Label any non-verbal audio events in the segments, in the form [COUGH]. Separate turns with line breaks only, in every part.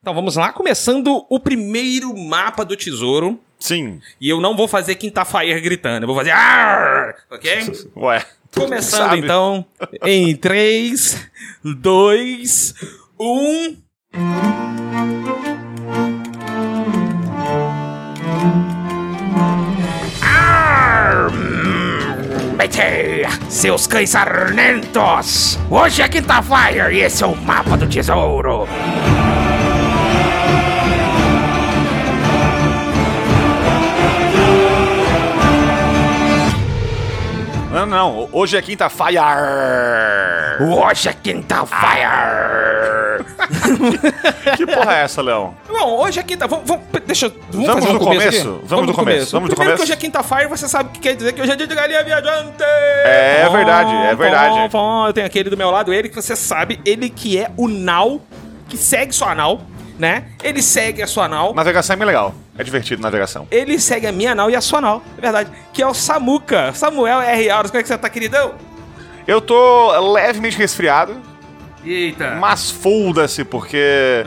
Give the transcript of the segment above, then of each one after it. Então vamos lá, começando o primeiro mapa do tesouro.
Sim.
E eu não vou fazer Quinta-Fire gritando, eu vou fazer. Arr!
[LAUGHS]
Ok?
Ué. tu
Começando
sabe?
então em 3, 2, 1. Seus cães sarnentos! Hoje é Quinta-Fire e esse é o mapa do tesouro!
Não, não, não. Hoje é quinta fire.
Hoje é Quinta-Fire!
Que porra é essa, Leão?
[LAUGHS] Bom, hoje é quinta. Vamos, vamos, deixa, vamos,
Vamos
fazer
do
um começo.
começo?
aqui?
Vamos do começo, vamos do
Primeiro
começo.
que hoje é quinta-feira, você sabe o que quer dizer que hoje é dia de galinha viajante.
É verdade, é verdade.
Bom, bom, eu tenho aquele do meu lado, ele que você sabe, ele que é o nau, que segue sua nau, né? Ele segue a sua nau.
Navegação é bem legal. É divertido navegação.
Ele segue a minha nau e a sua nau, é verdade. Que é o Samuca. Samuel R. Auros, como é que você tá, queridão?
Eu tô levemente resfriado,
Eita.
mas foda-se, porque.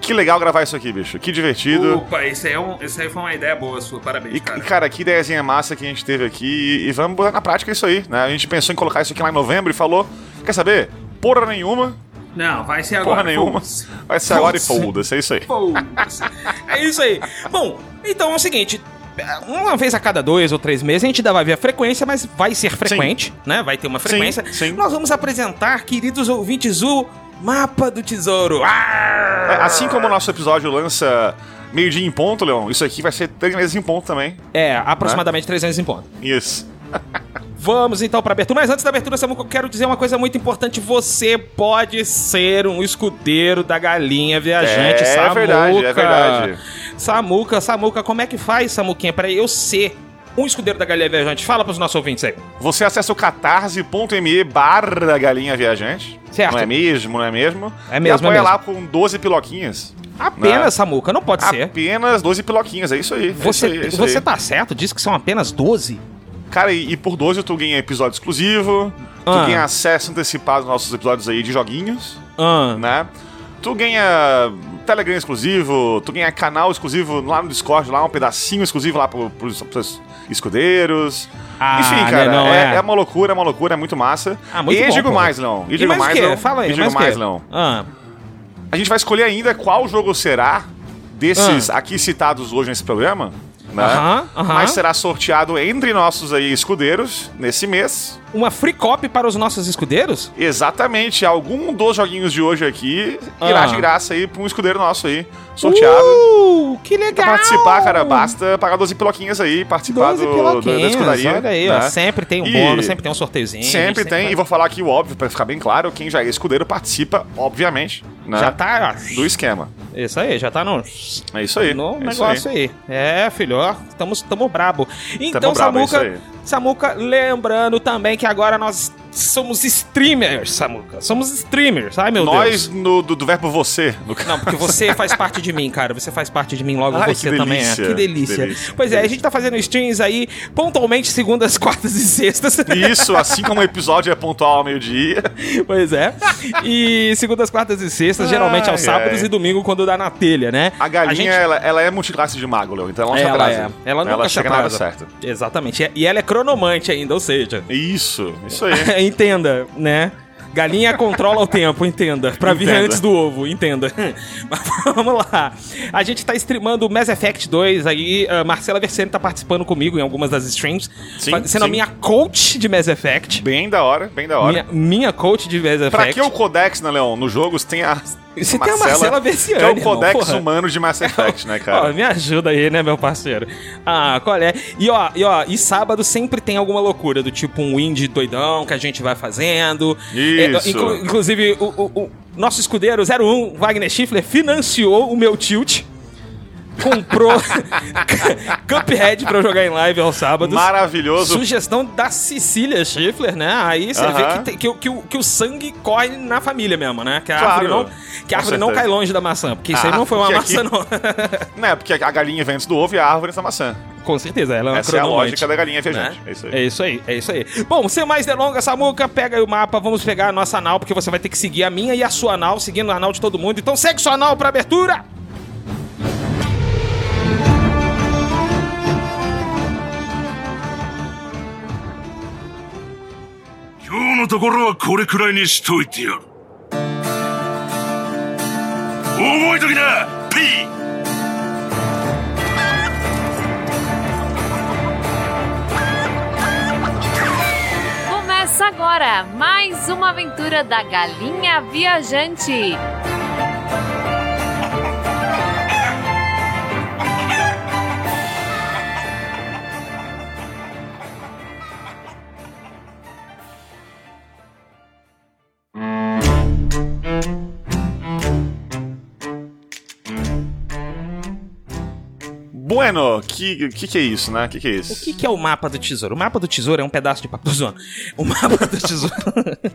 Que legal gravar isso aqui, bicho. Que divertido.
Opa, isso aí, é um, isso aí foi uma ideia boa sua, parabéns,
E, e, Uh, cara, que ideiazinha massa que a gente teve aqui. E, e vamos botar na prática isso aí, né? A gente pensou em colocar isso aqui lá em novembro e falou: quer saber? Porra nenhuma,
Não, vai ser
porra
agora.
nenhuma.
Foda-se.
Vai ser agora e
Foda-se.
foda-se, é isso aí.
Foda-se.
É isso aí. Bom, então é o seguinte. Uma vez a cada dois ou três meses, a gente ainda vai ver a frequência, mas vai ser frequente, né? Vai ter uma frequência.
sim.
Nós vamos apresentar, queridos ouvintes, o mapa do tesouro.
É,
Arr!
assim como o nosso episódio lança meio-dia em ponto, Leon, isso aqui vai ser três meses em ponto também.
É, aproximadamente 300 em ponto.
Isso.
Vamos então pra abertura. Mas antes da abertura, Samu, eu quero dizer uma coisa muito importante. Você pode ser um escudeiro da galinha viajante,
É
Samuca.
verdade, é verdade.
Samuca, Samuca, como é que faz, Samuquinha, pra eu ser um escudeiro da galinha viajante? Fala pros nossos ouvintes aí.
Você acessa o catarse.me barra galinha viajante.
Certo.
Não é mesmo, não é mesmo?
É mesmo, é
E apoia
mesmo.
lá com 12 piloquinhas.
Apenas,
né?
Samuca, não pode ser.
Apenas 12 piloquinhas, é isso aí. é
Você,
isso aí, é isso
você
aí.
tá certo? Diz que são apenas 12?
Cara, e, e por 12 tu ganha episódio exclusivo,
Ah.
tu ganha acesso antecipado aos nossos episódios aí de joguinhos,
Ah,
né? Tu ganha Telegram exclusivo, tu ganha canal exclusivo lá no Discord, lá um pedacinho exclusivo lá pro, pros, pros escudeiros.
Ah,
Enfim,
né,
cara,
não,
é,
é.
é uma loucura, é uma loucura, é muito massa.
Ah, muito
e
bom,
digo
pô.
mais, não. E digo
mais o
mais,
quê?
não.
Fala aí,
e digo
mais o quê?
mais, não.
Ah,
A gente vai escolher ainda qual jogo será desses aqui citados hoje nesse programa, né?
Ah. Aham, aham.
Mas será sorteado entre nossos aí escudeiros nesse mês.
uma free copy para os nossos escudeiros?
Exatamente, algum dos joguinhos de hoje aqui irá
Ah.
de graça aí pra um escudeiro nosso aí, sorteado.
Uh, que
Pra
legal!
participar, cara, basta pagar 12 piloquinhas aí, participar
12
do, do, da
piloquinhas,
escudaria.
olha aí,
né?
ó, sempre tem um
E-
bônus, sempre tem um sorteiozinho.
Sempre tem, e vou falar aqui o óbvio, pra ficar bem claro, quem já é escudeiro participa, obviamente, né,
Já tá, ó,
do esquema.
isso aí, já tá no,
É isso aí.
no
é isso aí.
negócio aí. É, filho, ó, estamos tamo brabo. Então,
Tamo brabo, é
Samuca,
isso aí.
Samuca, lembrando também que agora nós somos streamers, Samuca. Somos streamers, ai meu Deus.
Nós, no, do, do verbo você, no caso.
Não, porque você faz parte de mim, cara. Você faz parte de mim, logo
Ai,
você
que
também é.
delícia.
Que delícia.
Delícia.
Pois é, a gente tá fazendo streams aí pontualmente segundas, [LAUGHS] quartas e sextas.
[LAUGHS] Isso, assim como o episódio é pontual ao meio-dia.
[LAUGHS] pois é. E segundas, quartas e sextas, geralmente aos
Ai,
sábados
ai.
e domingo, quando dá na telha, né?
A galinha,
gente-
ela, ela é multiclasse de mago, Leo, então ela não se
ela,
atrasa.
é, ela nunca se
chega na hora
atrasa.
certa.
Exatamente. E ela é cronomante ainda, ou seja, [LAUGHS]
Isso, isso aí.
entenda, né? Galinha controla o tempo, entenda. Pra vir
Entenda.
antes do ovo, entenda. [LAUGHS] Mas vamos lá. A gente tá streamando Mass Effect 2 aí. A Marcela Versene tá participando comigo em algumas das streams.
Sim,
fa- sendo a
sim.
minha coach de Mass Effect.
Bem da hora, bem da hora.
Minha, minha coach de Mass Effect.
Pra que o Codex, né, Leon? Nos jogos tem a.
Você tem a Marcela Vessiane,
Que é o
irmão,
Codex
porra.
humano de Mass Effect, né,
Ó,
cara?
me ajuda aí, né, meu parceiro? Ah, qual é? E ó, e ó, e sábado sempre tem alguma loucura, do tipo um indie doidão que a gente vai fazendo.
Isso.
É, inclu- inclusive, um, o, o- o nosso escudeiro 01, Wagner Schiffler, financiou o meu tilt.
[LAUGHS]
comprou Cuphead pra eu jogar em live aos sábados.
Maravilhoso.
Sugestão da Cecília Schiffler, né? Aí você vê
Aham.
que, tem- que o- que o, que o sangue corre na família mesmo, né? Que a
Claro.
árvore, não, que a
Com
árvore não
certeza.
cai longe da maçã, porque isso aí
Ah,
não foi uma
porque
maçã,
aqui-
não.
Né, porque a galinha vem antes do ovo e a árvore antes da maçã.
Com certeza, ela é uma
Essa é a
cronomante,
lógica da
né?
galinha viajante. É isso aí.
É isso aí, é isso aí. Bom, sem mais delongas, Samuca, pega aí o mapa, vamos pegar a nossa anal, porque você vai ter que seguir a minha e a sua anal, seguindo a anal de todo mundo. Então segue sua anal pra abertura!
今日のところはこれくらいにしといてやる重い時だピー
Começa agora mais uma aventura da Galinha Viajante.
Bueno, o que, que que é isso, né? O que que é isso?
O que, que é o mapa do tesouro? O mapa do tesouro é um pedaço de papo do zono. O mapa do tesouro. [LAUGHS]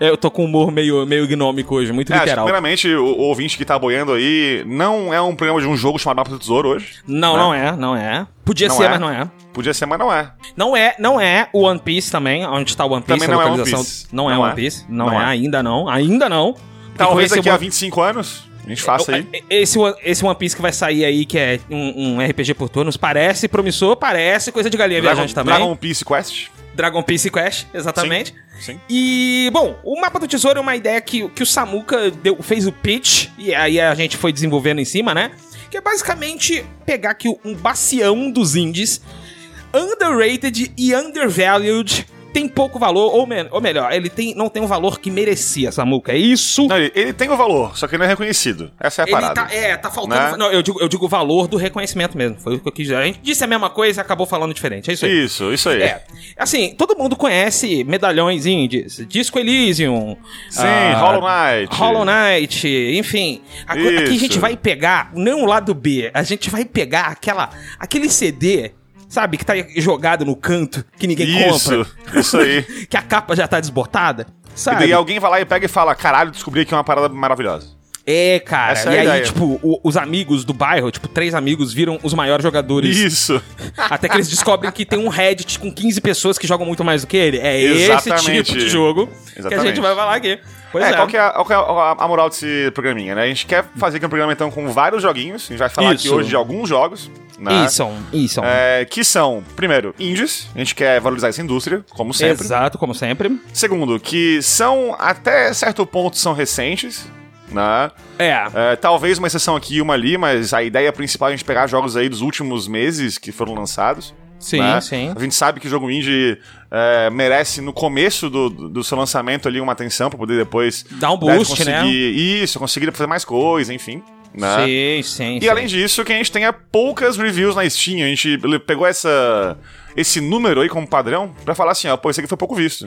É, Eu tô com um humor meio, meio gnômico hoje, muito
É, acho que,
literal.
primeiramente, o, o ouvinte que tá boiando aí, não é um programa de um jogo chamado Mapa do Tesouro hoje.
Não,
né?
não é, não é. Podia
Não
ser,
é?
mas não é.
Podia ser, mas não é.
Não é, não é o One Piece também, onde tá o One Piece,
Também
a
não é One
localização.
Piece.
Não é
Não
One
é.
Piece, não,
Não
é,
é.
ainda não, ainda não. Porque
Talvez
com esse
daqui a
One-
25 anos a
É,
gente faça aí.
Então, Esse, One- esse One Piece que vai sair aí, que é um, um RPG por turnos, parece promissor, parece coisa de galinha viajante também.
Dragon Peace Quest.
Dragon Piece Quest, exatamente.
Sim.
E, bom, o mapa do tesouro é uma ideia que, que o Samuka deu- fez o pitch, e aí a gente foi desenvolvendo em cima, né? Que é basicamente pegar aqui um bacião dos indies, underrated e undervalued, tem pouco valor, ou, men- ou melhor, ele tem, não tem o valor que merecia, Samuka. É isso.
Não, ele, ele tem o valor, só que ele não é reconhecido. Essa é a
Ele
parada.
tá, é, tá faltando.
Né?
Não, eu digo, eu digo o valor do reconhecimento mesmo. Foi o que eu quis dizer. A gente disse a mesma coisa e acabou falando diferente. É isso aí.
Isso, isso aí.
É. Assim, todo mundo conhece medalhões indies. Disco Elysium.
Sim,
ah,
Hollow Knight.
Hollow Knight, enfim. A co- aqui a gente
Isso.
vai pegar, não o lado B, a gente vai pegar aquela, aquele CD, sabe, que tá jogado no canto, que ninguém
Isso,
compra.
isso
[LAUGHS]
aí.
Que a capa já tá desbotada.
E
Sabe?
daí alguém vai lá e pega e fala: caralho, descobri aqui uma parada maravilhosa.
É, cara.
Essa é
e
a
aí,
ideia.
tipo, o- os amigos do bairro, tipo, três amigos viram os maiores jogadores.
Isso.
[LAUGHS] Até que eles descobrem que tem um Reddit com 15 pessoas que jogam muito mais do que ele. É esse
Exatamente.
tipo de jogo que a
Exatamente.
gente vai falar aqui. Pois é.
é, qual que é, a, qual que é a- a moral desse programinha, né? A gente quer fazer aqui um programa, então, com vários joguinhos. A gente vai falar aqui
Isso.
hoje de alguns jogos. Né?
Isso, isso.
É, que são, primeiro, indies. A gente quer valorizar essa indústria, como sempre.
Exato, como sempre.
Segundo, que são, até certo ponto, são recentes. Né?
É.
É, talvez uma exceção aqui e uma ali, mas a ideia principal é a gente pegar jogos aí dos últimos meses que foram lançados.
Sim,
né?
sim.
A gente sabe que o jogo indie é, merece, no começo do, do seu lançamento ali, uma atenção pra poder depois...
Dá um
deve
boost,
conseguir,
né?
Isso, conseguir fazer mais coisa, enfim. Né?
Sim, sim.
E além disso, que a gente tenha poucas reviews na Steam. A gente pegou essa, esse número aí como padrão pra falar assim, ó, pô, esse aqui foi pouco visto.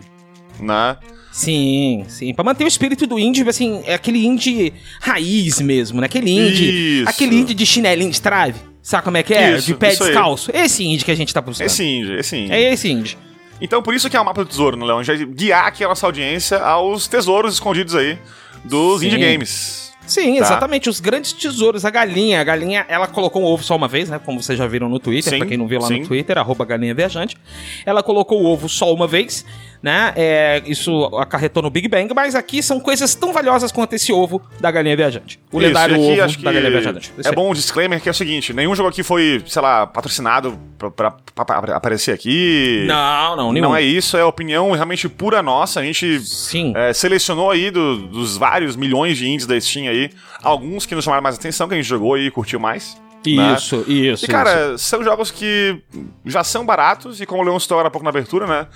Né?
Sim, sim. Pra manter o espírito do indie, assim, é aquele indie raiz mesmo, né? Aquele indie.
Isso.
Aquele indie de chinelinho de trave. Sabe como é que é?
Isso,
de pé
isso aí.
descalço. Esse indie que a gente tá buscando.
Esse indie, esse indie.
É esse indie.
Então por isso que é o mapa do tesouro, né, Leão? A gente vai guiar aqui a nossa audiência aos tesouros escondidos aí dos
Sim.
indie games.
Sim,
Tá.
exatamente. Os grandes tesouros. A galinha. A galinha, ela colocou um ovo só uma vez, né? Como vocês já viram no Twitter.
Sim,
pra quem não viu lá
sim.
no Twitter, arroba galinha viajante. Ela colocou o ovo só uma vez, né? É, isso acarretou no Big Bang. Mas aqui são coisas tão valiosas quanto esse ovo da galinha viajante. O
Isso,
lendário
e aqui
ovo
acho que
da galinha viajante. Isso
É
aí.
bom um disclaimer que é o seguinte: nenhum jogo aqui foi, sei lá, patrocinado pra, pra- pra- pra aparecer aqui.
Não, não, nenhum.
Não é isso, é a opinião realmente pura nossa. A gente
Sim.
É, selecionou aí do- dos vários milhões de indies da Steam aí, alguns que nos chamaram mais atenção, que a gente jogou e curtiu mais. né?
Isso, isso.
E, cara, são jogos que já são baratos, e como o Leon citou agora há pouco na abertura, né?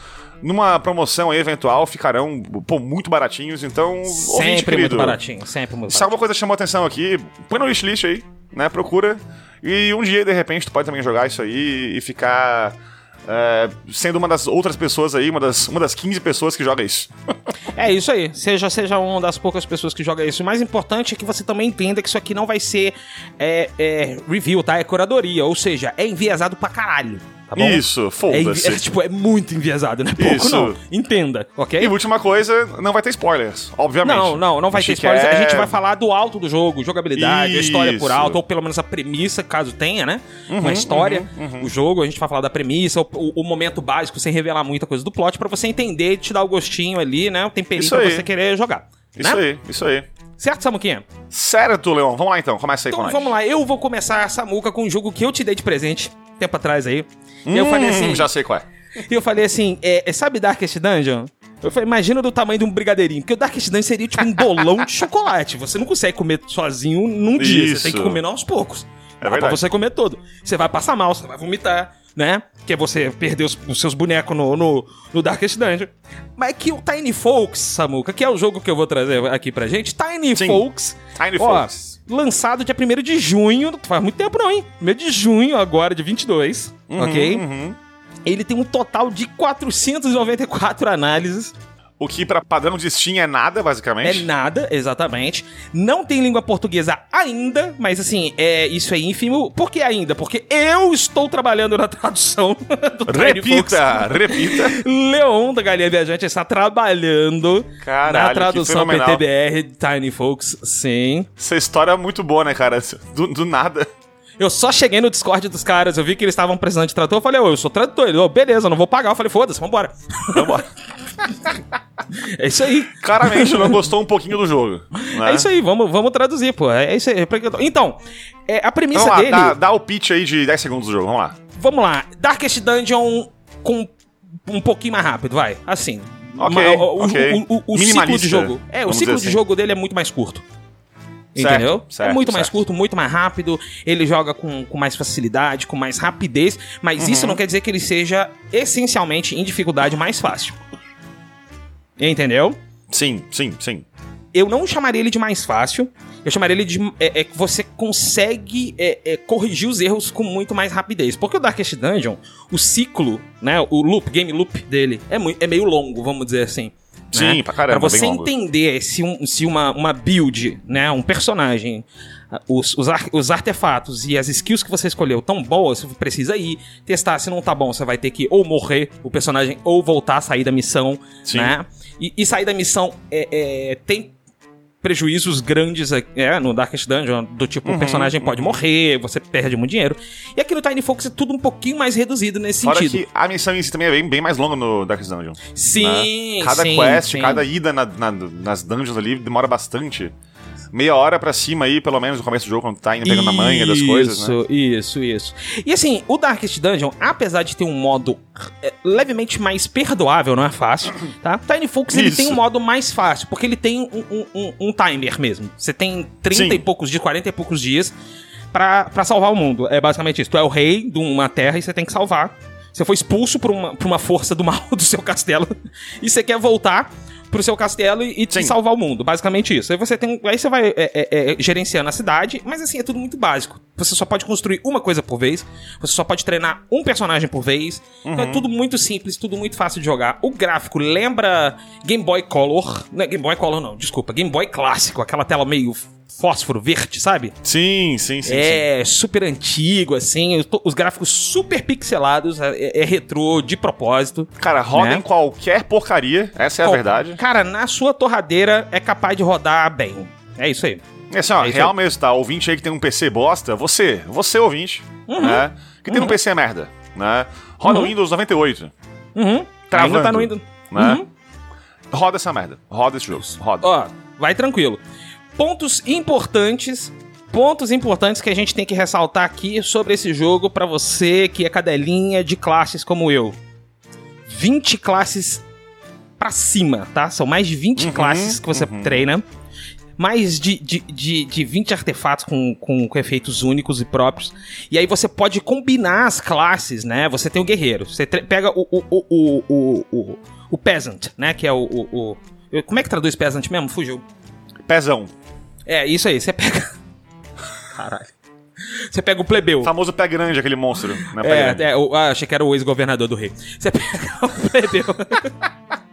Numa promoção aí eventual, ficarão, pô, muito baratinhos, então...
isso.
ouvinte
sempre
querido,
muito
é
baratinho. Sempre muito
Se
baratinho.
alguma coisa chamou atenção aqui, põe no wishlist aí, né? Procura. E um dia, de repente, tu pode também jogar isso aí e ficar... é, sendo uma das outras pessoas aí, uma das, uma das 15 pessoas que joga isso.
É isso aí. Seja, seja uma das poucas pessoas que joga isso. O mais importante é que você também entenda que isso aqui não vai ser é, é, review, tá? É curadoria. Ou seja, é enviesado pra caralho. Tá bom? É,
Isso,
envi- [LAUGHS]
foda-se.
é, tipo, é muito enviesado, né? Pouco
Isso.
não. Entenda, ok?
E última coisa, não vai ter spoilers, obviamente.
Não, não, não vai
Achei
ter
que
spoilers.
é-
A gente vai falar do alto do jogo, jogabilidade, a história por
Isso. Uhum,
alto, ou pelo menos a premissa, caso tenha, né? Uma história, o jogo, a gente vai falar da premissa, o, o- o momento básico, sem revelar muita coisa do plot, pra você entender, te dar o gostinho ali, né? O temperinho
Isso
pra
aí.
você querer jogar.
Isso
né?
aí, isso aí.
Certo, Samuquinha?
Certo, Leon, vamos lá então, começa aí
Então
com
vamos
nós.
lá, eu vou começar a Samuca com um jogo que eu te dei de presente, tempo atrás aí. e eu falei assim,
Hum, já sei qual é.
E eu falei assim, é, é, sabe Darkest Dungeon? Eu falei, imagina do tamanho de um brigadeirinho. Porque o Darkest Dungeon seria tipo um bolão de chocolate. Você não consegue comer sozinho num dia. Você
Isso.
tem que comer aos poucos.
É
Dá pra
verdade.
você comer todo. Você vai passar mal, você vai vomitar, né? Porque você perdeu os, os seus bonecos no, no, no Darkest Dungeon. Mas é que o Tiny Folks, Samuca, que é o jogo que eu vou trazer aqui pra gente. Tiny
Sim.
Folks.
Tiny
ó,
Folks.
Lançado dia 1 de junho. Não faz muito tempo não, hein? 1 de junho agora, de 22. ok?
Uhum.
Ele tem um total de 494 análises.
O que pra padrão de Steam é nada,
É
basicamente.
nada, exatamente. Não tem língua portuguesa ainda, mas assim, é, isso é ínfimo. Por que ainda? Porque eu estou trabalhando na tradução [LAUGHS] do Tiny Fox.
Repita, repita.
Leon da Galinha Viajante está trabalhando [LAUGHS]
Caralho,
na
que
tradução
fenomenal.
PTBR de Tiny Folks, sim.
Essa história é muito boa, né, cara? Do, do nada.
Eu só cheguei no Discord dos caras, eu vi que eles estavam precisando de tradutor, eu falei, ô, eu sou tradutor. Ele, ô, beleza, eu não vou pagar. Eu falei, foda-se, vambora. Vambora. [LAUGHS] é isso aí.
Claramente não gostou um pouquinho do jogo. né?
É isso aí, vamos, vamos traduzir, pô. É isso aí. é pra que eu tô- Então, é, a premissa
Vamos lá, tá.
dele.
dá, dá o pitch aí de 10 segundos do jogo, vamos lá.
Vamos lá. Darkest Dungeon com um pouquinho mais rápido, vai. Assim.
Ok,
o,
ok.
o- o- o ciclo de
Minimalista,
jogo. É, o
vamos
ciclo
dizer
de
assim.
jogo dele é muito mais curto.
Certo,
Entendeu? é
certo,
muito mais
certo.
curto, muito mais rápido. Ele joga com, com mais facilidade, com mais rapidez. Mas
Uhum.
isso não quer dizer que ele seja essencialmente em dificuldade mais fácil. Entendeu?
Sim, sim, sim.
Né? eu não chamaria ele de mais fácil. Eu chamaria ele de. É, é que você consegue é, é, corrigir os erros com muito mais rapidez. Porque o Darkest Dungeon, o ciclo, né? O loop, game loop dele, é, mui- é meio longo, vamos dizer assim. né?
Sim, pra caramba,
Pra você
bem longo.
entender se, um, se uma, uma build, né? Um personagem, ah, os, os, ar- os artefatos e as skills que você escolheu tão boas, você precisa ir testar. Se não tá bom, você vai ter que ou morrer o personagem ou voltar a sair da missão,
Sim.
né? E, e sair da missão é, é, tem prejuízos grandes é, no Darkest Dungeon, do tipo,
Uhum,
o personagem pode morrer, você perde muito dinheiro. E aqui no Tiny Fox é tudo um pouquinho mais reduzido nesse
Fora
sentido.
que a missão em si também é bem, bem mais longa no Darkest Dungeon. né?
Sim,
Cada
sim,
quest,
sim.
cada ida na- na- nas dungeons ali demora bastante. Meia hora pra cima aí, pelo menos no começo do jogo, quando tá indo pegando a manha das coisas, né?
Isso, isso, isso. E assim, o Darkest Dungeon, apesar de ter um modo é, levemente mais perdoável, não é fácil, tá? Tiny Fox, ele
Isso.
tem um modo mais fácil, porque ele tem um, um- um- um timer mesmo. Você tem 30
Sim.
e poucos dias, 40 e poucos dias pra, pra salvar o mundo. É basicamente isso. Tu é o rei de uma terra e você tem que salvar. Você foi expulso por uma, por uma força do [LAUGHS] mal do seu castelo e você quer voltar pro seu castelo e, e
Sim.
salvar o mundo. Basicamente isso. Aí você tem. Aí você vai é, é, é, gerenciando a cidade, mas assim, é tudo muito básico. Você só pode construir uma coisa por vez, você só pode treinar um personagem por vez. Então
Uhum.
é tudo muito simples, tudo muito fácil de jogar. O gráfico lembra Game Boy Color. Não é Game Boy Color, não, desculpa. Game Boy clássico, aquela tela meio fósforo verde, sabe?
Sim, sim, sim. sim.
é super antigo, assim, os, to- os gráficos super pixelados, é, é retrô de propósito.
Cara, roda
Né?
em qualquer porcaria, essa é a
Qual-
verdade.
Cara, na sua torradeira é capaz de rodar bem. É isso aí.
É assim, ó,
É isso
real mesmo, tá? Ouvinte aí que tem um PC bosta, você, você ouvinte, né? Que tem um PC merda, né? Roda o
Uhum.
Windows 98,
Uhum.
Travando,
Ainda tá no indo.
né?
Uhum.
Roda essa merda, roda esse jogo, roda.
Ó, vai tranquilo. Pontos importantes. Pontos importantes que a gente tem que ressaltar aqui sobre esse jogo pra você que é cadelinha de classes como eu. 20 classes pra cima, tá? São mais de 20
Uhum,
classes que você
uhum.
treina. Mais de, de, de, de 20 artefatos com, com, com efeitos únicos e próprios. E aí você pode combinar as classes, né? Você tem o guerreiro. Você tre- pega o, o, o, o, o, o, o peasant, né? Que é o, o, o- eu- Como é que traduz peasant mesmo? Fugiu.
Pezão.
É, isso aí. Você pega... [LAUGHS] Caralho. Você pega o plebeu.
O famoso pé grande, aquele monstro. Né? Pé
É,
grande.
é, o- ah, achei que era o ex-governador do rei. Você [LAUGHS] pega o plebeu. [LAUGHS]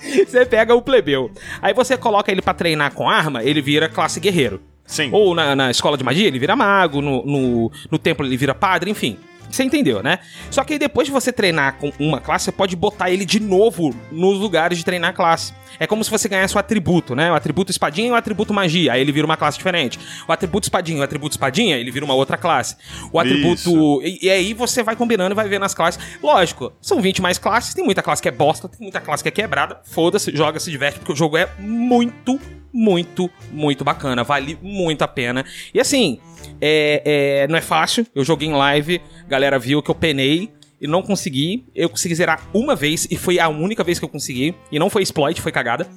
Você pega o plebeu. Aí você coloca ele pra treinar com arma, ele vira classe guerreiro.
Sim.
Ou na, na escola de magia, ele vira mago, no, no, no templo ele vira padre, enfim. Você entendeu, né? Só que aí depois de você treinar com uma classe, você pode botar ele de novo nos lugares de treinar a classe. É como se você ganhasse o atributo, né? O atributo espadinha e o atributo magia. Aí ele vira uma classe diferente. O atributo espadinha e o atributo espadinha, ele vira uma outra classe. O atributo.
Isso.
E, e aí você vai combinando e vai vendo as classes. Lógico, são 20 mais classes, tem muita classe que é bosta, tem muita classe que é quebrada. Foda-se, joga, se diverte, porque o jogo é muito, muito, muito bacana. Vale muito a pena. E assim, é, é, não é fácil. Eu joguei em live, a galera viu que eu penei. E não consegui. Eu consegui zerar uma vez. E foi a única vez que eu consegui. E não foi exploit, foi cagada.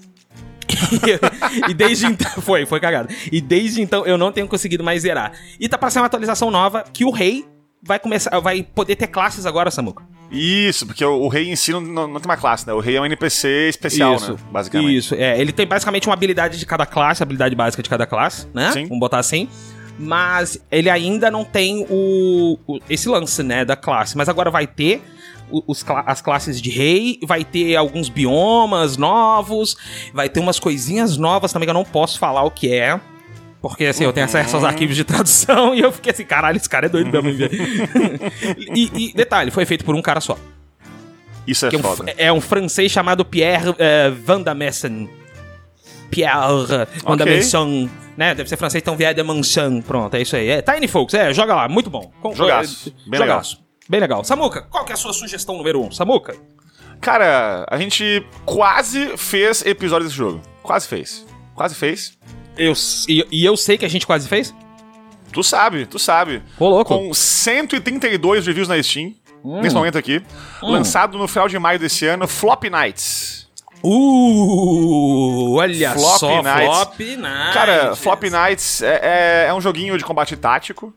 [LAUGHS] e desde então. Foi, foi cagado. E desde então eu não tenho conseguido mais zerar. E tá pra ser uma atualização nova que o rei vai começar. Vai poder ter classes agora, Samuca.
Isso, porque o, o rei em si não, não- não tem uma classe, né? O rei é um NPC especial, né? Basicamente.
Isso, é. Ele tem basicamente uma habilidade de cada classe, a habilidade básica de cada classe, né?
Sim.
Vamos botar assim. Mas ele ainda não tem o, o- esse lance, né, da classe. Mas agora vai ter o- os cla- as classes de rei, vai ter alguns biomas novos, vai ter umas coisinhas novas também que eu não posso falar o que é. Porque assim, eu tenho acesso
Uhum.
aos arquivos de tradução [LAUGHS] e eu fiquei assim, caralho, esse cara é doido mesmo. [LAUGHS] e, e detalhe, foi feito por um cara só.
Isso é
Que é um
foda.
fr- é um francês chamado Pierre eh, Van Damessen. Pierre Van
Ok.
Damessen. Né? Deve ser francês, então Vier de Mansion. Pronto, é isso aí. É, Tiny Folks, é, joga lá, muito bom. Com,
Jogaço,
eh,
bem
Bem legal. Samuca, qual que é a sua sugestão número um? Samuca?
Cara, a gente quase fez episódio desse jogo. Quase fez. Quase fez.
Eu, s- e, e eu sei que a gente quase fez?
Tu sabe, tu sabe.
Ô, louco. Hum.
Com 132 reviews na Steam, nesse momento aqui. Lançado no final de maio desse ano, Flop Nights.
Uh, olha
Flop
só,
Nights.
Flop Nights.
Cara, Flop Nights né? é, é- é um joguinho de combate tático.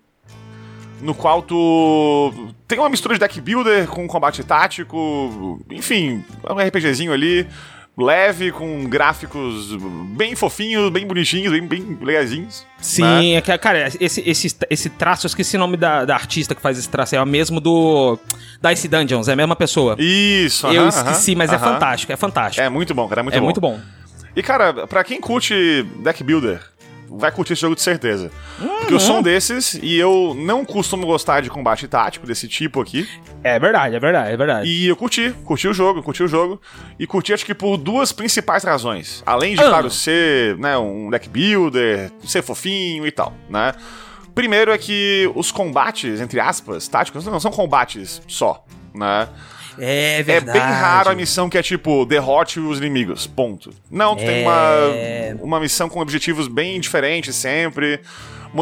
No qual tu tem uma mistura de deck builder com combate tático, enfim, é um RPGzinho ali, leve, com gráficos bem fofinhos, bem bonitinhos, bem, bem né? legazinhos.
Sim, é que, cara, esse, esse, esse traço, eu esqueci o nome da, da artista que faz esse traço, é o mesmo do Dice Dungeons, é a mesma pessoa.
Isso,
eu
aham,
esqueci,
aham,
mas é
aham.
fantástico, é fantástico.
É muito bom, cara, é muito
É,
bom.
muito bom.
E, cara, pra quem curte deck builder, vai curtir esse jogo de certeza. Porque eu sou
Uhum.
um desses e eu não costumo gostar de combate tático desse tipo aqui.
É verdade, é verdade, é verdade.
E eu curti, curti o jogo, curti o jogo. E curti, acho que por duas principais razões. Além de,
Ah.
claro, ser né, um deck builder, ser fofinho e tal, né? Primeiro é que os combates, entre aspas, táticos, não são combates só, né?
é
É
verdade.
bem raro a missão que é tipo, derrote os inimigos, ponto. Não, tu
É.
tem uma, uma missão com objetivos bem diferentes sempre,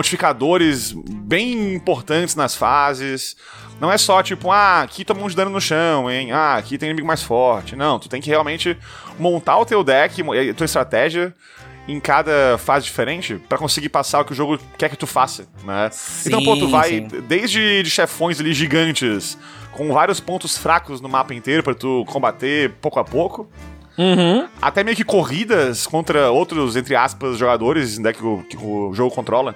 modificadores bem importantes nas fases. Não é só tipo, ah, aqui toma um de dano no chão, hein? Ah, aqui tem inimigo mais forte. Não, tu tem que realmente montar o teu deck, mo- a tua estratégia em cada fase diferente pra conseguir passar o que o jogo quer que tu faça, né? então, pô, tu
Sim,
vai
sim.
desde de chefões ali gigantes, com vários pontos fracos no mapa inteiro pra tu combater pouco a pouco,
Uhum.
até meio que corridas contra outros, entre aspas, jogadores né, que, o, que o jogo controla,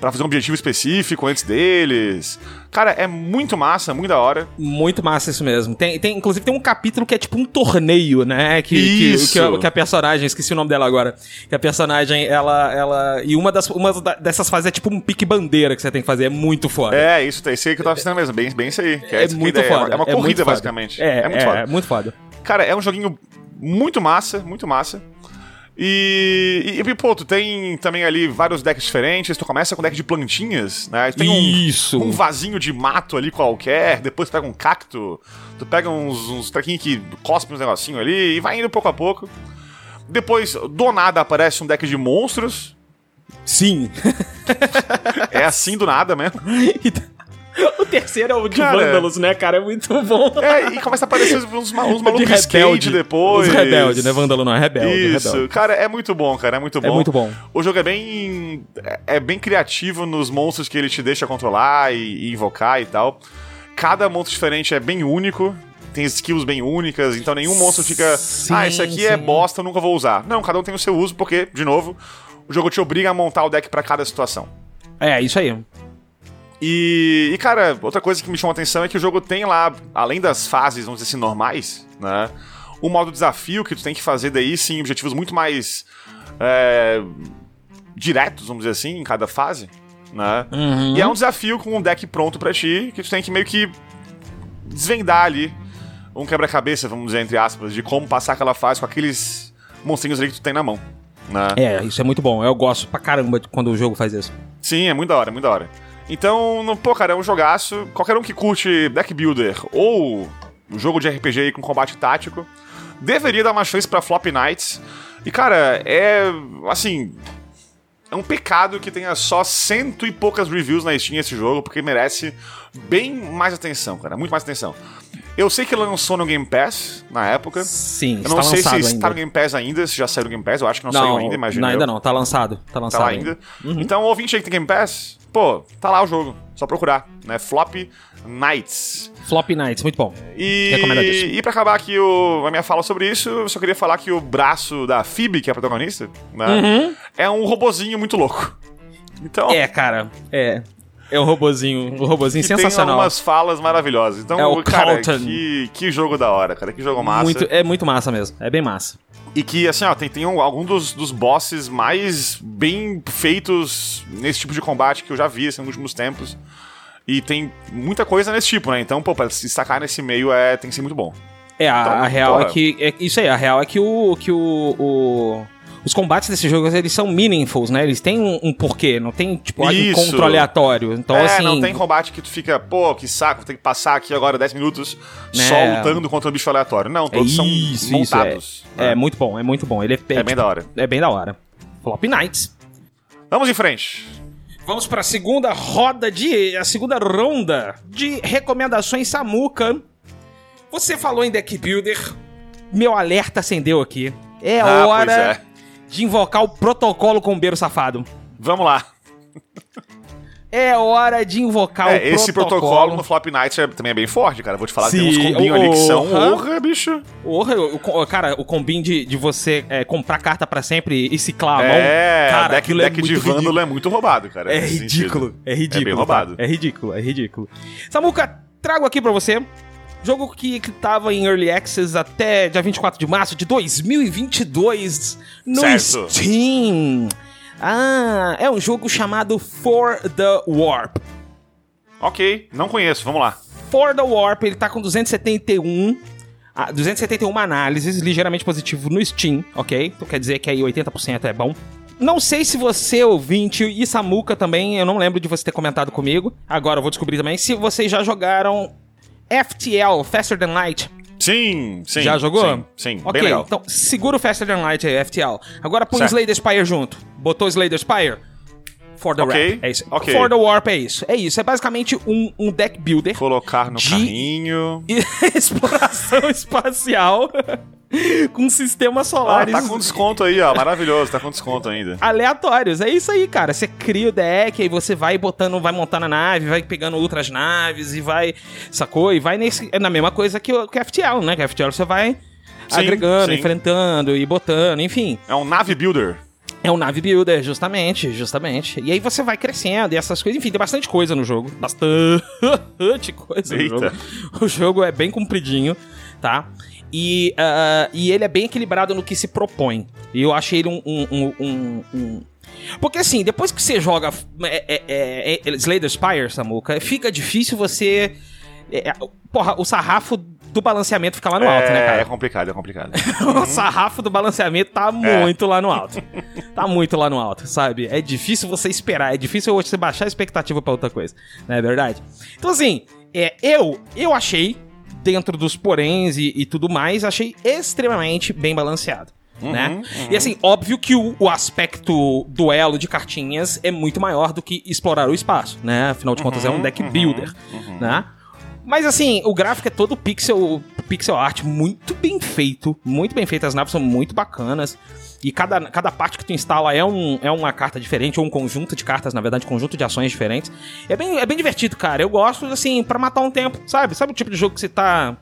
Pra fazer um objetivo específico antes deles. Cara, é muito massa, muito da hora.
Muito massa isso mesmo. Tem, tem, inclusive tem um capítulo que é tipo um torneio, né? Que, que-
Isso.
Que, a- que a personagem, esqueci o nome dela agora. Que a personagem, ela. ela e uma, das, uma da- dessas fases é tipo um pique-bandeira que você tem que fazer. É muito foda.
É, isso, é isso aí que eu tava pensando mesmo, bem, bem isso aí. que
É
essa que a
muito
ideia, é uma-
foda.
É uma
muito
corrida,
foda.
basicamente.
É, é
muito foda.
É muito foda.
Cara, é um joguinho muito massa, muito massa. E, e, e, pô, tu tem também ali vários decks diferentes. Tu começa com deck de plantinhas, né? Tu Tem um,
Isso.
um vasinho de mato ali qualquer. Depois tu pega um cacto. Tu pega uns, uns trequinhos que cospem uns negocinho ali. E vai indo pouco a pouco. Depois, do nada, aparece um deck de monstros.
Sim. [LAUGHS]
É assim do nada mesmo.
tá- [LAUGHS] o terceiro é o de
Cara.
Vândalos, né, cara? É muito bom.
É, e começa a aparecer uns, ma- uns malucos
É De
de skate
rebelde.
depois.
Os rebelde, né? Vândalo não é rebelde. é
Isso,
rebelde.
cara, é muito bom, cara, é muito bom.
É muito bom.
O jogo é bem. é- É bem criativo nos monstros que ele te deixa controlar e, e invocar e tal. Cada monstro diferente é bem único. Tem skills bem únicas, então nenhum monstro fica.
Sim,
ah, esse aqui é
sim.
bosta, eu nunca vou usar. Não, cada um tem o seu uso, porque, de novo, o jogo te obriga a montar o deck pra cada situação.
É, isso aí.
E, e, cara, outra coisa que me chamou a atenção é que o jogo tem lá, além das fases, vamos dizer assim, normais, né? O modo desafio que tu tem que fazer daí, sim, objetivos muito mais é, diretos, vamos dizer assim, em cada fase, né?
Uhum.
E é um desafio com um deck pronto pra ti, que tu tem que meio que desvendar ali um quebra-cabeça, vamos dizer, entre aspas, de como passar aquela fase com aqueles monstrinhos ali que tu tem na mão, né?
É, isso é muito bom. Eu gosto pra caramba de quando o jogo faz isso.
Sim, é muito da hora, é muito da hora. Então, no- pô, cara, é um jogaço. Qualquer um que curte Deck Builder ou um jogo de RPG aí com combate tático, deveria dar uma chance pra Flop Knights. E, cara, é. Assim. É um pecado que tenha só cento e poucas reviews na Steam esse jogo, porque merece bem mais atenção, cara. Muito mais atenção. Eu sei que lançou no Game Pass na época.
Sim,
Eu
está
não sei se
lançado
está no
ainda.
Game Pass ainda, se já saiu no Game Pass. Eu acho que não, saiu ainda, imagina.
não,
eu.
ainda não, tá lançado. Tá
Tá
lançado
lá ainda. Então, ouvinte aí que tem Game Pass, pô, tá lá o jogo. Só procurar, né? Flop Nights.
Flop Nights, muito bom.
E,
Recomendadíssimo.
e pra acabar aqui o- a minha fala sobre isso, eu só queria falar que o braço da Phoebe, que é a protagonista, né, é um robozinho muito louco. Então,
Uhum. É, cara, é. É um robozinho, um robozinho
que tem
sensacional.
algumas falas maravilhosas. Então,
É o
cara,
Carlton.
que, que jogo da hora, cara. Que jogo massa.
Muito, é muito massa mesmo, é bem massa.
E que, assim, ó, tem, tem um- algum dos, dos bosses mais bem feitos nesse tipo de combate que eu já vi assim, nos últimos tempos. E tem muita coisa nesse tipo, né? Então, pô, pra se destacar nesse meio é, tem que ser muito bom.
É, a,
Então,
a real
porra.
é que. É, isso aí, a real é que o. Que o, o- os combates desse jogo, eles são meaningfuls, né? Eles têm um, um porquê, não tem, tipo, um
Isso.
controle aleatório. Então,
é,
assim.
não tem combate que tu fica, pô, que saco, tem que passar aqui agora 10 minutos
Né. É
só lutando contra o bicho aleatório. Não, todos são
isso, isso,
montados.
É,
né?
muito bom, é muito bom. Ele é,
é bem da hora.
é bem da hora. Flop Nights.
Vamos em frente.
Vamos para a segunda roda de a segunda ronda de recomendações Samuca. Você falou em deck builder. Meu alerta acendeu aqui. É
Ah, pois
hora
é.
de invocar o protocolo combeiro safado.
Vamos lá.
É hora de invocar o
É, esse protocolo. no Flop Nights é- também é bem forte, cara. Vou te falar que tem uns
Sim,
combinhos ali que são.
porra.
Porra, bicho.
Porra, o- o- cara, o combinho de, de você é, comprar carta pra sempre e ciclar a mão.
É,
cara,
deck,
aquilo é
deck de
muito
vândalo é muito roubado, cara.
É
nesse
ridículo,
sentido.
é ridículo.
É bem
tá?
roubado.
É ridículo, é ridículo. Samuca, trago aqui pra você. Jogo que, que tava em Early Access até dia 24 de março de 2022 no
Certo.
Steam. Ah, é um jogo chamado For the Warp.
Ok, não conheço, vamos lá.
For the Warp, ele tá com 271. ah, 271 análises, ligeiramente positivo no Steam, ok? Então quer dizer que aí 80% é bom. Não sei se você, ouvinte, e Samuca também, eu não lembro de você ter comentado comigo. Agora eu vou descobrir também se vocês já jogaram FTL, Faster Than Light.
Sim, sim.
já jogou?
Sim, sim
ok.
bem legal.
Então segura o Faster Than Light aí, FTL. Agora põe o
Certo.
Slay the Spire junto. Botou o Slay the Spire? For the
Ok,
Warp. É isso.
ok.
For the Warp é isso. É isso. É basicamente um, um deck builder
Colocar no
de-
carrinho.
e [LAUGHS] exploração espacial [LAUGHS] com sistemas
Ah,
solares
tá com desconto aí, ó. Maravilhoso, tá com desconto ainda.
aleatórios. É isso aí, cara. Você cria o deck, aí você vai botando, vai montando a nave, vai pegando outras naves e vai. Sacou? E vai nesse. É na mesma coisa que o que o FTL, né? Que o FTL você vai.
Sim,
agregando,
sim.
enfrentando e botando, enfim.
É um nave builder.
É um nave builder, justamente, justamente. E aí você vai crescendo e essas coisas. Enfim, tem bastante coisa no jogo. Bastante [LAUGHS] coisa no
Eita.
jogo. O jogo é bem compridinho, tá? E, ah, e ele é bem equilibrado no que se propõe. E eu achei ele um. um- um- um- um- Porque assim, depois que você joga é, é, é, é, Slay the Spire, Samuca, fica difícil você. é, é, porra, o sarrafo do balanceamento fica lá no alto,
é,
né, cara?
é complicado, é complicado.
[LAUGHS] o sarrafo do balanceamento tá muito lá no alto. Tá muito lá no alto, sabe? É difícil você esperar, é difícil você baixar a expectativa pra outra coisa, não é verdade? Então, assim, é, eu, eu achei, dentro dos poréns e, e tudo mais, achei extremamente bem balanceado. né? E assim, óbvio que o, o aspecto duelo de cartinhas é muito maior do que explorar o espaço, né? Afinal de contas, é um deck builder,
Uhum.
né? Mas assim, o gráfico é todo pixel, pixel art, muito bem feito, muito bem feito, as naves são muito bacanas. E cada, cada parte que tu instala é, um, é uma carta diferente, ou um conjunto de cartas, na verdade, um conjunto de ações diferentes. É bem, é bem divertido, cara. Eu gosto, assim, pra matar um tempo, sabe? Sabe o tipo de jogo que você tá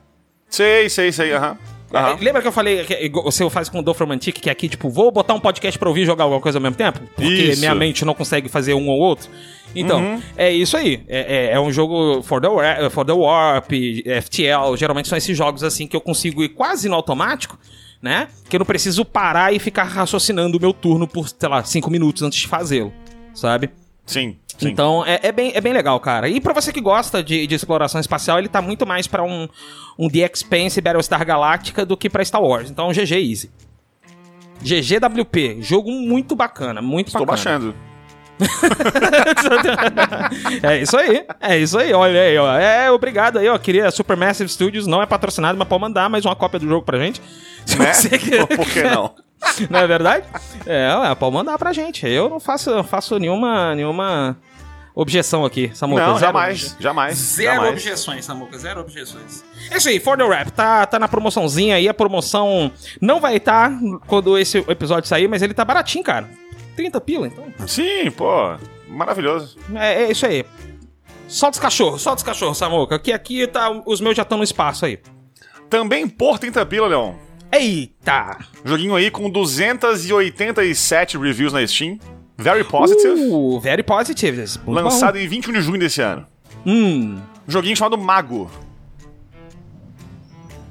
sei, sei, sei, aham. Aham.
É, Lembra que eu falei que é igual- você faz com o Do Romantic, que é aqui, tipo, vou botar um podcast pra ouvir e jogar alguma coisa ao mesmo tempo? Porque
Isso. Uhum.
minha mente não consegue fazer um ou outro. Então, é isso aí. É, é- é um jogo for the, Wa- for the Warp, FTL. Geralmente são esses jogos assim que eu consigo ir quase no automático, né? Que eu não preciso parar e ficar raciocinando o meu turno por, sei lá, cinco minutos antes de fazê-lo, sabe?
Sim, sim.
Então é, é bem, é bem legal, cara. E pra você que gosta de, de exploração espacial, ele tá muito mais pra um, um The Expanse e Battlestar Galactica do que pra Star Wars. Então GG Easy. GGWP, jogo muito bacana, muito
Estou
bacana.
baixando.
[LAUGHS] É isso aí, é isso aí, olha aí, ó. É, obrigado aí, ó. Queria Supermassive Studios, não é patrocinado, mas pode mandar mais uma cópia do jogo pra gente. Se
Né?
você quer-
[LAUGHS] Por
[LAUGHS]
que não?
Não é verdade? É, ué, pode mandar pra gente. Eu não faço, não faço nenhuma, nenhuma objeção aqui, Samuel.
Não, jamais, jamais.
Zero
jamais.
objeções, Samuca, zero objeções. É isso aí, For the Rap, tá, tá na promoçãozinha aí, a promoção não vai estar quando esse episódio sair, mas ele tá baratinho, cara. 30 pila, então.
Sim, pô. Maravilhoso.
É, é isso aí. Solta os cachorros, solta os cachorros, Samuca, que aqui tá, os meus já estão no espaço aí.
Também por 30 pila, Leon.
Eita!
Joguinho aí com 287 reviews na Steam. Very positive.
Uh, very positive. Muito
lançado em 21 de junho desse ano. Um
bom. Hum.
Joguinho chamado Mago.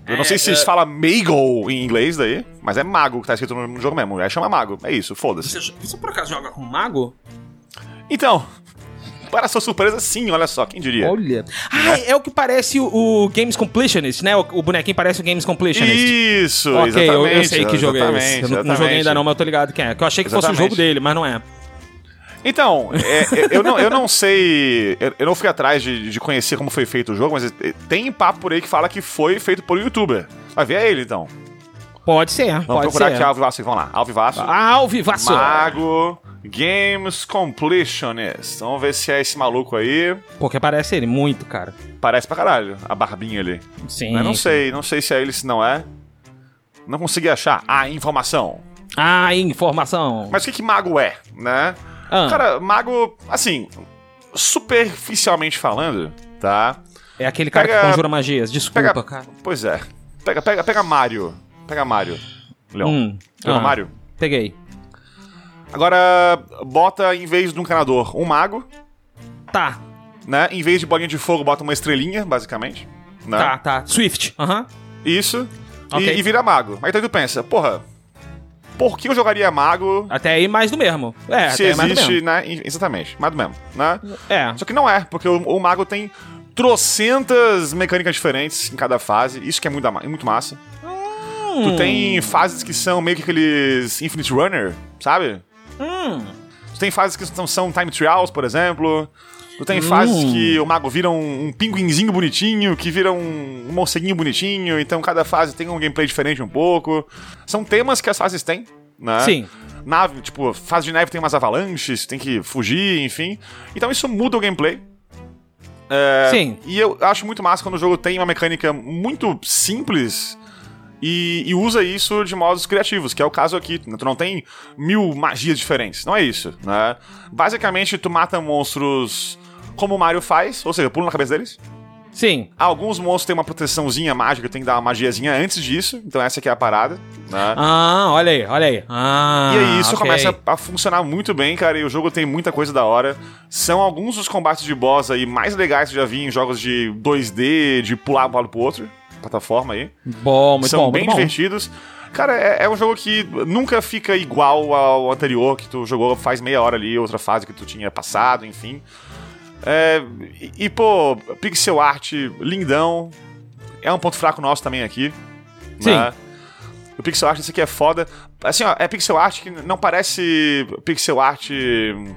Eu não sei se se fala Mago em inglês daí, mas é Mago que tá escrito no jogo mesmo. Aí chama Mago. É isso, foda-se.
Você, você por acaso joga com mago?
Então, para sua surpresa, sim, olha só, quem diria.
Olha. Ah, é o que parece o, o Games Completionist, né? O, o bonequinho parece o Games Completionist.
Isso,
é Ok,
exatamente.
eu, eu sei que jogo é esse.
exatamente,
Eu não, não joguei
exatamente.
ainda não, mas eu tô ligado quem é. Que eu achei que fosse o
Exatamente.
jogo dele, mas não é.
Então, é, é, eu, não, eu não sei. Eu, eu não fui atrás de, de conhecer como foi feito o jogo, mas é, tem papo por aí que fala que foi feito por um youtuber. Vai ver ele então.
Pode ser,
Vamos
pode
procurar
ser.
aqui Alvivaço e vão lá. Alvivaço.
Ah, Alvivaço.
Mago Games Completionist. Vamos ver se é esse maluco aí.
Porque parece ele muito, cara.
Parece pra caralho a barbinha ali.
Sim.
Mas não sei, não sei se é ele, se não é. Não consegui achar a informação.
Ah, informação.
Mas o que, que mago é, né?
Ah.
Cara, mago, assim, superficialmente falando, tá?
É aquele cara
Pega-
que conjura magias. Desculpa,
Pega.
cara.
Pois é. Pega, pega, pega Mario. Pega Mario. Leon.
Hum.
Pegou
Ah.
Mario?
Peguei.
Agora, bota em vez de um canador um mago,
Tá,
né? Em vez de bolinha de fogo, bota uma estrelinha, basicamente. Né?
tá, tá. Swift. Aham.
Isso. E-
Ok.
E, vira mago. Aí então tu pensa, porra, por que eu jogaria mago
Até aí mais do mesmo. É,
se
até aí mais do
existe,
mesmo.
né? E- Exatamente, mais do mesmo, né?
É.
Só que não é, porque o, o mago tem trocentas mecânicas diferentes em cada fase, isso que é muito, da- muito massa.
Hum.
Tu tem fases que são meio que aqueles Infinite Runner, sabe?
Hum.
Tu tem fases que são, são time trials, por exemplo. Tu tem fases
Hum.
que o mago vira um, um pinguinzinho bonitinho, que vira um, um morceguinho bonitinho. Então cada fase tem um gameplay diferente um pouco. São temas que as fases têm, né?
Sim.
Nave, tipo, fase de neve tem umas avalanches, tem que fugir, enfim. Então isso muda o gameplay. É.
Sim.
E eu acho muito massa quando o jogo tem uma mecânica muito simples e, e usa isso de modos criativos, que é o caso aqui. né? Tu não tem mil magias diferentes, não é isso, né? Basicamente, tu mata monstros como o Mario faz, ou seja, pula na cabeça deles.
Sim.
Alguns monstros têm uma proteçãozinha mágica, tem que dar uma magiazinha antes disso, então essa aqui é a parada, né?
Ah, olha aí, olha aí. Ah,
E aí isso
ok.
começa a funcionar muito bem, cara, e o jogo tem muita coisa da hora. São alguns dos combates de boss aí mais legais que eu já vi em jogos de 2D, de pular um lado pro outro, plataforma aí.
Bom, muito
São
bom,
bem
muito bom.
divertidos. Cara, é, é um jogo que nunca fica igual ao anterior que tu jogou faz meia hora ali, outra fase que tu tinha passado, enfim. É, e, e, pô, pixel art lindão. É um ponto fraco nosso também aqui. né? O pixel art, isso aqui é foda. Assim, ó, é pixel art que não parece pixel art hum,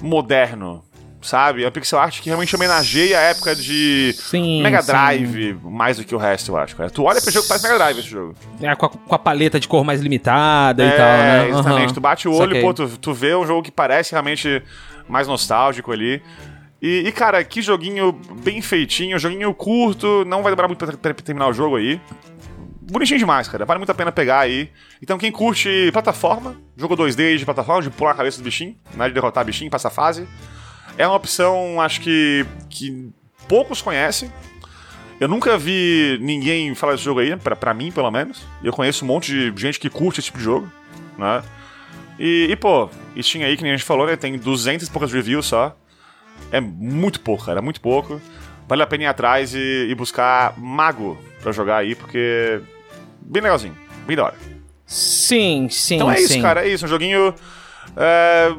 moderno, sabe? É pixel art que realmente homenageia a época de
Sim,
Mega
sim.
Drive, mais do que o resto, eu acho, cara. Tu olha pro jogo, parece Mega Drive esse jogo.
É, com, a, com a paleta de cor mais limitada
é,
e tal, né?
exatamente.
Aham.
Tu bate o olho,
Saquei.
pô, tu, tu vê um jogo que parece realmente mais nostálgico ali. E, e, cara, que joguinho bem feitinho, joguinho curto, não vai demorar muito pra, pra terminar o jogo aí. Bonitinho demais, cara. Vale muito a pena pegar aí. Então, quem curte plataforma, jogo 2D aí de plataforma, de pular a cabeça do bichinho, né, de derrotar bichinho, passar fase, é uma opção, acho que, que poucos conhecem. Eu nunca vi ninguém falar desse jogo aí, pra, pra mim, pelo menos. Eu conheço um monte de gente que curte esse tipo de jogo, né? E, e, pô, e tinha aí, que nem a gente falou, né? Tem 200 e poucas reviews só. É muito pouco, cara, é muito pouco. Vale a pena ir atrás e, e buscar Mago pra jogar aí, porque... Bem legalzinho, bem da hora.
Sim, sim,
Então é
sim.
isso, cara, é isso. Um joguinho é,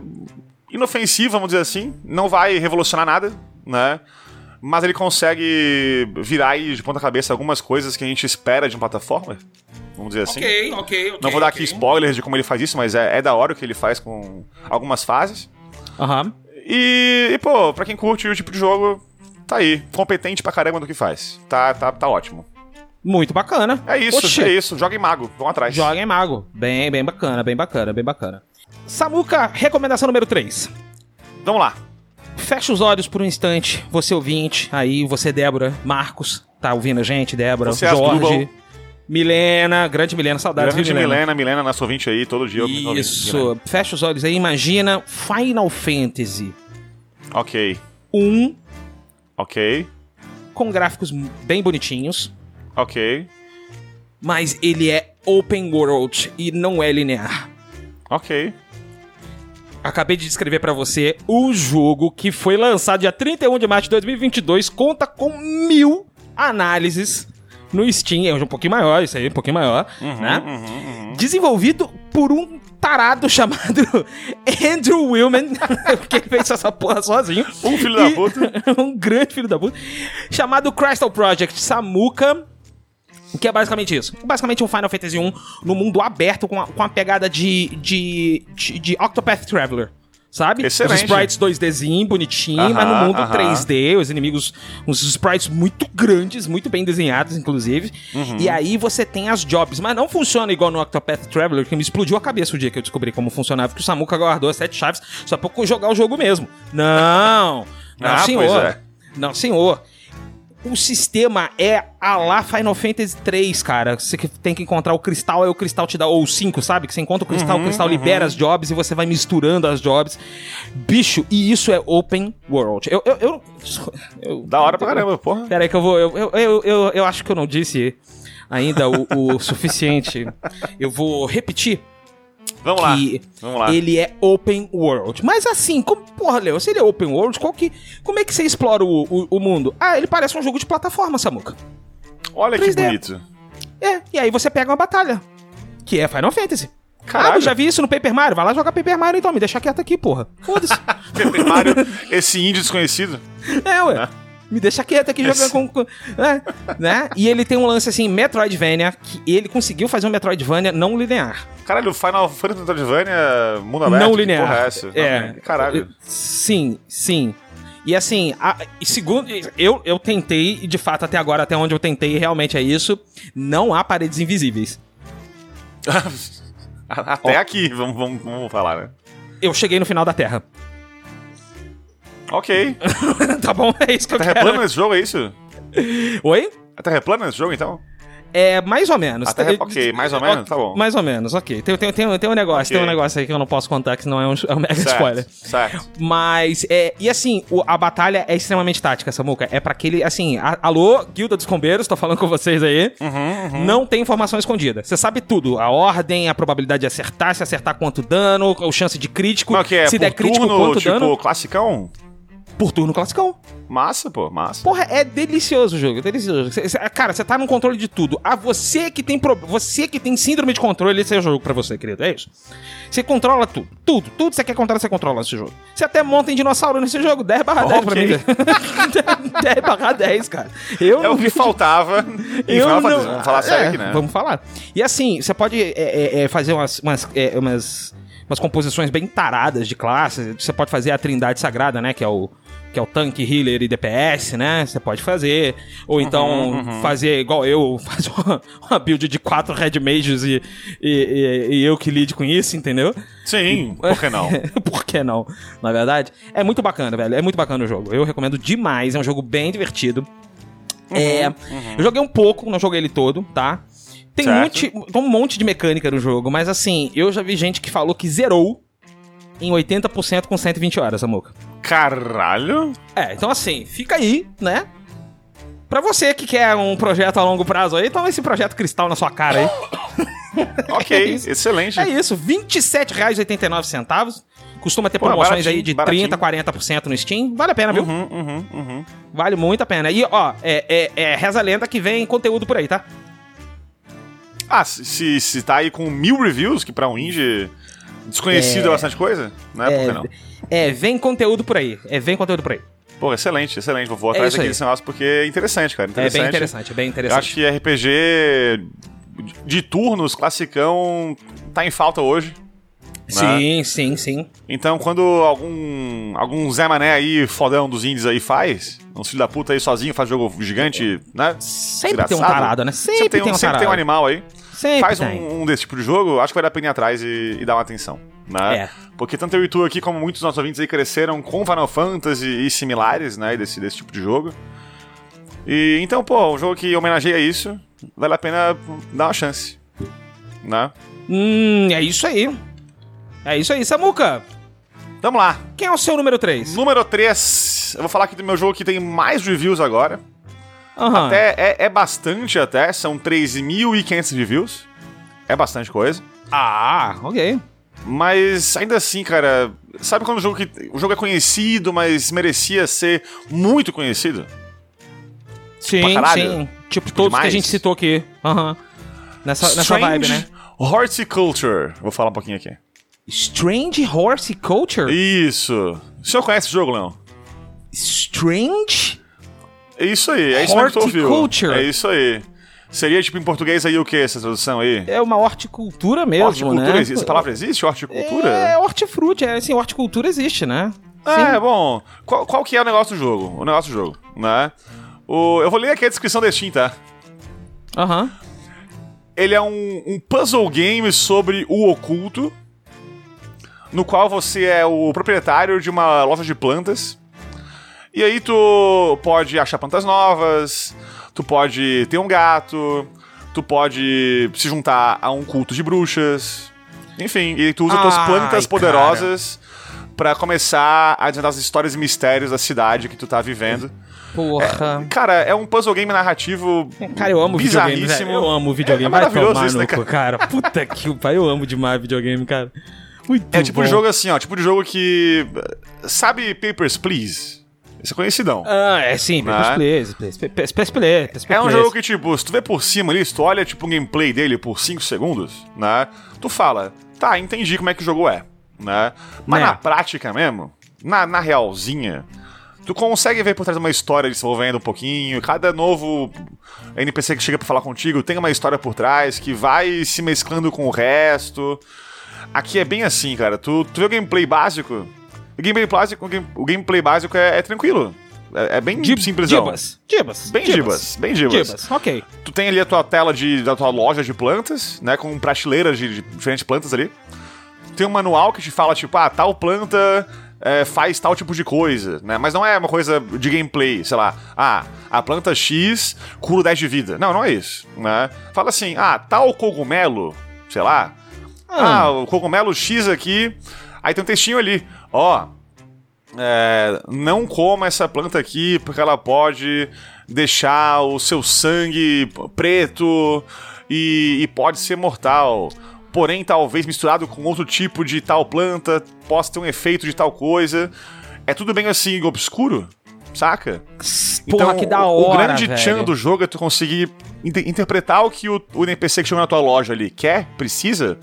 inofensivo, vamos dizer assim. Não vai revolucionar nada, né? Mas ele consegue virar aí de ponta cabeça algumas coisas que a gente espera de um plataforma, vamos dizer assim.
Ok, ok, ok.
Não vou dar
ok.
aqui spoilers de como ele faz isso, mas é, é da hora o que ele faz com algumas fases.
Aham.
E, e, pô, pra quem curte o tipo de jogo, tá aí. Competente pra caramba do que faz. Tá, tá, tá ótimo.
Muito bacana.
É isso,
Oxê.
é isso. Joga em mago, vão atrás.
Joga em mago. Bem, bem bacana, bem bacana, bem bacana. Samuca, recomendação número 3.
Vamos lá.
Fecha os olhos por um instante, você ouvinte, aí você, Débora, Marcos, tá ouvindo a gente, Débora,
Você,
Jorge,
Asdrubal.
Milena, grande Milena, saudades
Grande
de Milena.
Milena, Milena, nosso ouvinte aí, todo dia. eu me ouvindo. Milena.
Isso, fecha os olhos aí, imagina Final Fantasy
Ok,
1
ok,
com gráficos bem bonitinhos,
ok,
mas ele é open world e não é linear.
ok.
Acabei de descrever pra você o jogo que foi lançado dia 31 de março de 2022, conta com mil análises no Steam, é um pouquinho maior, isso aí, um pouquinho maior, né? Desenvolvido por um tarado [LAUGHS] chamado Andrew [LAUGHS] Willman, porque ele fez essa porra sozinho.
Um filho da
E-
puta.
[LAUGHS] um grande filho da puta. Chamado Crystal Project Samuka. Que é basicamente isso. Basicamente um Final Fantasy 1 no mundo aberto com a, com a pegada de, de, de, de Octopath Traveler. Sabe? Os
Excelente.
sprites 2Dzinho, bonitinho, mas no
Aham,
mundo
aham.
3D, os inimigos, uns sprites muito grandes, muito bem desenhados, inclusive.
Uhum.
E aí você tem as jobs, mas não funciona igual no Octopath Traveler, que me explodiu a cabeça o dia que eu descobri como funcionava, que o Samuka guardou as sete chaves só pra eu jogar o jogo mesmo. Não! Não,
Ah, pois
senhor.
é.
Não, senhor. O sistema é a lá Final Fantasy 3, cara. Você que tem que encontrar o cristal, aí o cristal te dá. Ou o 5, sabe? Que você encontra o cristal,
Uhum,
o cristal libera as jobs e você vai misturando as jobs. Bicho, e isso é open world. Eu. eu, [LAUGHS] eu, eu-
Da hora pra caramba, porra.
Pera aí que eu vou. Eu, eu, eu, eu, eu acho que eu não disse ainda o, o suficiente. Eu vou repetir
Vamos lá.
que
Vamos lá.
ele é open world. Mas assim, como, porra, Leo, se ele é open world, qual que, como é que você explora o, o, o mundo? Ah, ele parece um jogo de plataforma, Samuca.
Olha que
3D.
bonito.
É, e aí você pega uma batalha, que é Final Fantasy.
Caralho.
Ah, eu já vi isso no Paper Mario. Vai lá jogar Paper Mario então, me deixa quieto aqui, porra.
[LAUGHS]
Foda-se. [LAUGHS]
Pepe Mario, esse índio desconhecido.
é, ué. Me deixa quieto aqui jogando
Esse-
com. com- é, né? E ele tem um lance assim, Metroidvania, que ele conseguiu fazer um Metroidvania não linear.
Caralho, Final Fantasy Metroidvania, mundo aberto.
não
que
linear.
Porra é essa?
É.
Não, Caralho.
Sim, sim. E assim, a- e segundo eu, eu tentei, e de fato até agora, até onde eu tentei, realmente é isso. Não há paredes invisíveis.
Até aqui, vamos, vamos, vamos falar, né?
Eu cheguei no final da Terra. [LAUGHS]
Ok.
tá bom? É isso que eu
Terra é
quero.
plana nesse jogo, é isso?
Oi?
A Terra é plana nesse jogo, então?
É, mais ou menos.
A Terra é... Ok, mais ou menos? Tá bom.
Mais ou menos, ok. Tem, tem, tem, tem um negócio,
Ok.
tem um negócio aí que eu não posso contar, que senão é um, é um mega
Certo,
spoiler.
Certo.
Mas, é, e assim, o- a batalha é extremamente tática, Samuca. É pra aquele, assim, a- alô, Guilda dos Combeiros, tô falando com vocês aí.
Uhum,
Não tem informação escondida. Você sabe tudo. A ordem, a probabilidade de acertar, se acertar quanto dano, a chance de crítico.
Mas o que é?
se
por
der crítico,
turno,
quanto
tipo,
dano.
classicão?
Por turno classicão.
Massa, pô, massa.
Porra, é delicioso o jogo, é delicioso. Cê- cê- cara, você tá no controle de tudo. Ah, você que tem pro, você que tem síndrome de controle, esse é o jogo pra você, querido. É isso. Você controla tudo, tudo, tudo que você quer controlar, você controla nesse jogo. Você até monta em dinossauro nesse jogo, 10 barra 10 pra
Ok.
mim. [LAUGHS] 10 barra 10, cara. Eu
É o
[LAUGHS]
que faltava. E Final Fantasy, Vamos falar sério
é,
aqui, né?
Vamos falar. E assim, você pode é, é, é, fazer umas, umas, é, umas, umas composições bem taradas de classes. Você pode fazer a Trindade Sagrada, né? Que é o que é o tanque, healer e DPS, né? Você pode fazer. Ou
Uhum,
então fazer igual eu, [LAUGHS] fazer uma, uma build de quatro Red Mages e, e, e- e eu que lide com isso, entendeu?
Sim, por que
[LAUGHS]
não?
Por que não? Na verdade, é muito bacana, velho. É muito bacana o jogo. Eu recomendo demais. É um jogo bem divertido. é, Eu joguei um pouco, não joguei ele todo, tá? Tem um monte,
Certo.
tem um monte de mecânica no jogo, mas assim, eu já vi gente que falou que zerou em 80% com 120 horas, Samuca.
Caralho?
É, então assim, fica aí, né? Pra você que quer um projeto a longo prazo aí, toma esse projeto cristal na sua cara aí.
Ok,
É isso.
excelente.
É isso, R$ 27,89. Costuma ter
Pô,
promoções
baratinho,
aí de
baratinho.
30%, 40% no Steam. Vale a pena, viu?
Uhum, uhum, uhum.
Vale muito a pena. E, ó, é, é- é reza a lenda que vem conteúdo por aí, tá?
Ah, se- se, se tá aí com mil reviews, que pra um indie desconhecido é, bastante coisa, né? Por que não?
É, vem conteúdo por aí. É, vem conteúdo por aí.
Pô, excelente, excelente. Vou, vou atrás
isso
daquele
aí.
negócio porque é interessante, cara.
É
Interessante.
bem interessante, é bem
Eu acho
interessante.
que RPG de- de turnos, classicão, tá em falta hoje. né?
Sim, sim, sim.
Então, quando algum, algum Zé Mané aí, fodão dos indies aí, faz, um filho da puta aí sozinho, faz jogo gigante, né?
Sempre tem um
Desgraçado.
tarado, né? Sempre, tem, um,
sempre
tarado.
tem um animal aí.
Sempre
faz
tem.
um, um desse tipo de jogo, acho que vai dar pra ir atrás e, e dar uma atenção. Né?
É.
Porque tanto eu e tu aqui, como muitos dos nossos ouvintes aí, cresceram com Final Fantasy e similares, né? Desse, desse tipo de jogo. E então, pô, um jogo que homenageia isso, vale a pena dar uma chance. Né?
Hum, é isso aí. É isso aí, Samuca.
Tamo lá.
Quem é o seu número 3?
Número 3. Eu vou falar aqui do meu jogo que tem mais reviews agora.
Aham.
Até, é, é bastante até, são 3.500 reviews. É bastante coisa.
Ah, ok.
Mas ainda assim, cara, sabe quando o jogo, que, o jogo é conhecido, mas merecia ser muito conhecido?
Sim,
caralho.
sim. Tipo, todos que a
demais.
gente citou aqui. Aham. Nessa, nessa vibe, né?
Horticulture. Vou falar um pouquinho aqui.
Strange Horticulture?
Isso. O senhor conhece o jogo, Leão?
Strange?
É isso aí, é isso mesmo que tu ouviu.
Horticulture.
É isso aí. Seria tipo em português aí o que essa tradução aí?
É uma horticultura mesmo,
horticultura
né?
existe? Essa palavra existe? Horticultura?
É, hortifruti. É, assim, horticultura existe, né?
É, bom, qual, qual que é o negócio do jogo? O negócio do jogo, né? O, eu vou ler aqui a descrição da Steam, tá?
Aham.
Ele é um, um puzzle game sobre o oculto, no qual você é o proprietário de uma loja de plantas. E aí tu pode achar plantas novas, tu pode ter um gato, tu pode se juntar a um culto de bruxas. Enfim, e tu usa tuas
Ai,
plantas
cara.
poderosas pra começar a desvendar as histórias e mistérios da cidade que tu tá vivendo.
Uhum. Porra.
Cara, é um puzzle game narrativo
Cara, eu amo videogame, velho.
É Bizarríssimo.
Eu amo
É
videogame. Vai
maravilhoso
tomar
isso,
no
né,
cu, cara. Puta que pariu. Eu amo demais videogame, cara. Muito
É tipo
bom.
de jogo assim, ó. Tipo de jogo que. Sabe Papers, Please? Esse é conhecidão.
Ah, é sim.
Né?
Space Play. Space Play.
É um jogo que, tipo, se tu vê por cima ali, se tu olha, tipo, um gameplay dele por 5 segundos, né? Tu fala, tá, entendi como é que o jogo é, né? Mas
Né.
na prática mesmo, na, na realzinha, tu consegue ver por trás uma história desenvolvendo um pouquinho, cada novo NPC que chega pra falar contigo tem uma história por trás que vai se mesclando com o resto. Aqui é bem assim, cara. Tu, tu vê o gameplay básico. O gameplay básico, o game- o gameplay básico é, é tranquilo. É, é bem
Dib-
simplesão.
Dibas. Dibas.
Bem dibas, bem dibas.
Dibas, ok.
Tu tem ali a tua tela de, da tua loja de plantas, né? Com prateleiras de, de diferentes plantas ali. Tem um manual que te fala, tipo, ah, tal planta é, faz tal tipo de coisa, né? Mas não é uma coisa de gameplay, sei lá. Ah, a planta X cura 10 de vida. Não, não é isso, né? Fala assim, ah, tal cogumelo, sei lá. Ah, o cogumelo X aqui. Aí tem um textinho ali, ó. É, não coma essa planta aqui porque ela pode deixar o seu sangue preto e, e pode ser mortal. Porém, talvez misturado com outro tipo de tal planta possa ter um efeito de tal coisa. É tudo bem assim obscuro, saca?
Porra, que da hora,
Então, O grande
velho.
tchan do jogo é tu conseguir inter- interpretar o que o, o NPC que chegou na tua loja ali quer, precisa,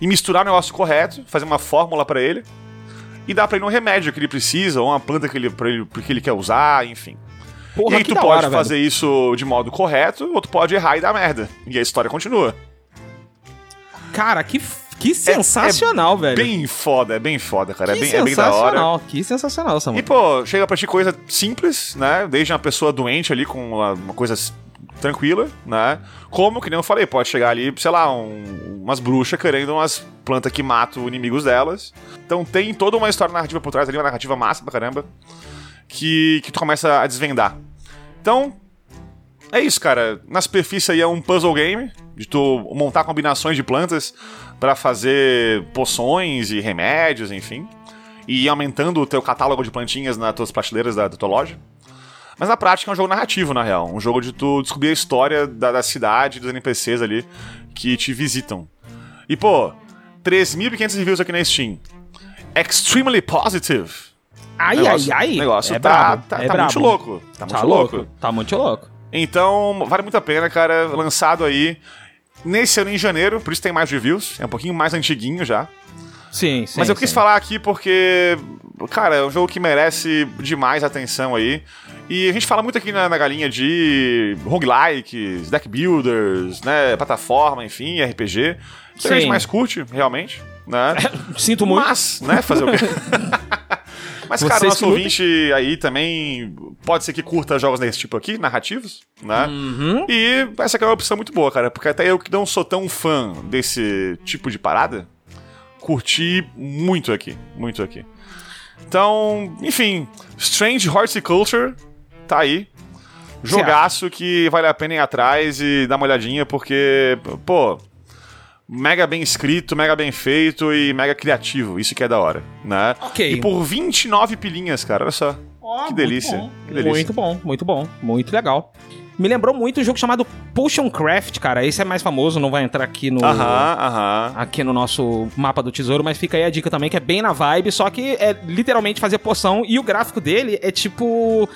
e misturar o negócio correto, fazer uma fórmula pra ele, e dar pra ele um remédio que ele precisa, ou uma planta que ele, pra ele, que ele quer usar, enfim.
Porra,
e aí
que
tu
da
pode
hora,
fazer isso de modo correto, ou tu pode errar e dar merda. E a história continua. É,
velho. Cara, que, f- que sensacional, velho.
Bem foda, é bem foda, cara. É
que
bem, é bem da
sensacional,
hora.
que sensacional,
E,
Samuel.
pô, chega pra ti coisa simples, né? Desde uma pessoa doente ali com uma, uma coisa s- tranquila, né? Como, que nem eu falei, pode chegar ali, sei lá, um- umas bruxas querendo umas plantas que matam inimigos delas. Então tem toda uma história narrativa por trás ali, uma narrativa massa pra caramba, que, que tu começa a desvendar. Então, é isso, cara. Na superfície aí é um puzzle game, de tu montar combinações de plantas pra fazer poções e remédios, enfim. E ir aumentando o teu catálogo de plantinhas nas tuas prateleiras da, da tua loja. Mas na prática é um jogo narrativo, na real. Um jogo de tu descobrir a história da, da cidade, dos NPCs ali que te visitam. E, pô, 3.500 reviews aqui na Steam. Extremely positive.
Ai,
negócio,
ai, ai.
O negócio
é
tá,
brabo,
tá,
é
tá muito
brabo.
louco. Tá muito
Tá
louco.
louco. Tá muito louco.
Então, vale muito a pena, cara. Lançado aí nesse ano em janeiro, por isso tem mais reviews. É um pouquinho mais antiguinho já.
Sim, sim.
Mas eu quis
sim.
falar aqui porque, cara, é um jogo que merece demais atenção aí. E a gente fala muito aqui na, na galinha de roguelikes, deck builders, né, plataforma, enfim, RPG. Que a
Sim.
gente mais curte, realmente,
[LAUGHS]
né?
Sinto muito.
Mas, né,
[LAUGHS]
fazer o quê? Mas,
Vocês
cara,
que
nosso
lutem.
ouvinte aí também pode ser que curta jogos desse tipo aqui, narrativos, né?
Uhum.
E essa aqui é uma opção muito boa, cara, porque até eu que não sou tão fã desse tipo de parada, curti muito aqui, muito aqui. Então, enfim, Strange Horticulture tá aí. Jogaço que vale a pena ir atrás e dar uma olhadinha, porque, pô, mega bem escrito, mega bem feito e mega criativo. Isso que é da hora, né?
Ok.
E por 29 pilinhas, cara, olha só.
Ó,
que delícia,
Muito bom.
que delícia.
muito bom, muito bom, muito legal. Me lembrou muito um jogo chamado Potion Craft, cara. Esse é mais famoso, não vai entrar aqui no
Aham, aham.
aqui no nosso mapa do tesouro, mas fica aí a dica também que é bem na vibe, só que é literalmente fazer poção e o gráfico dele é tipo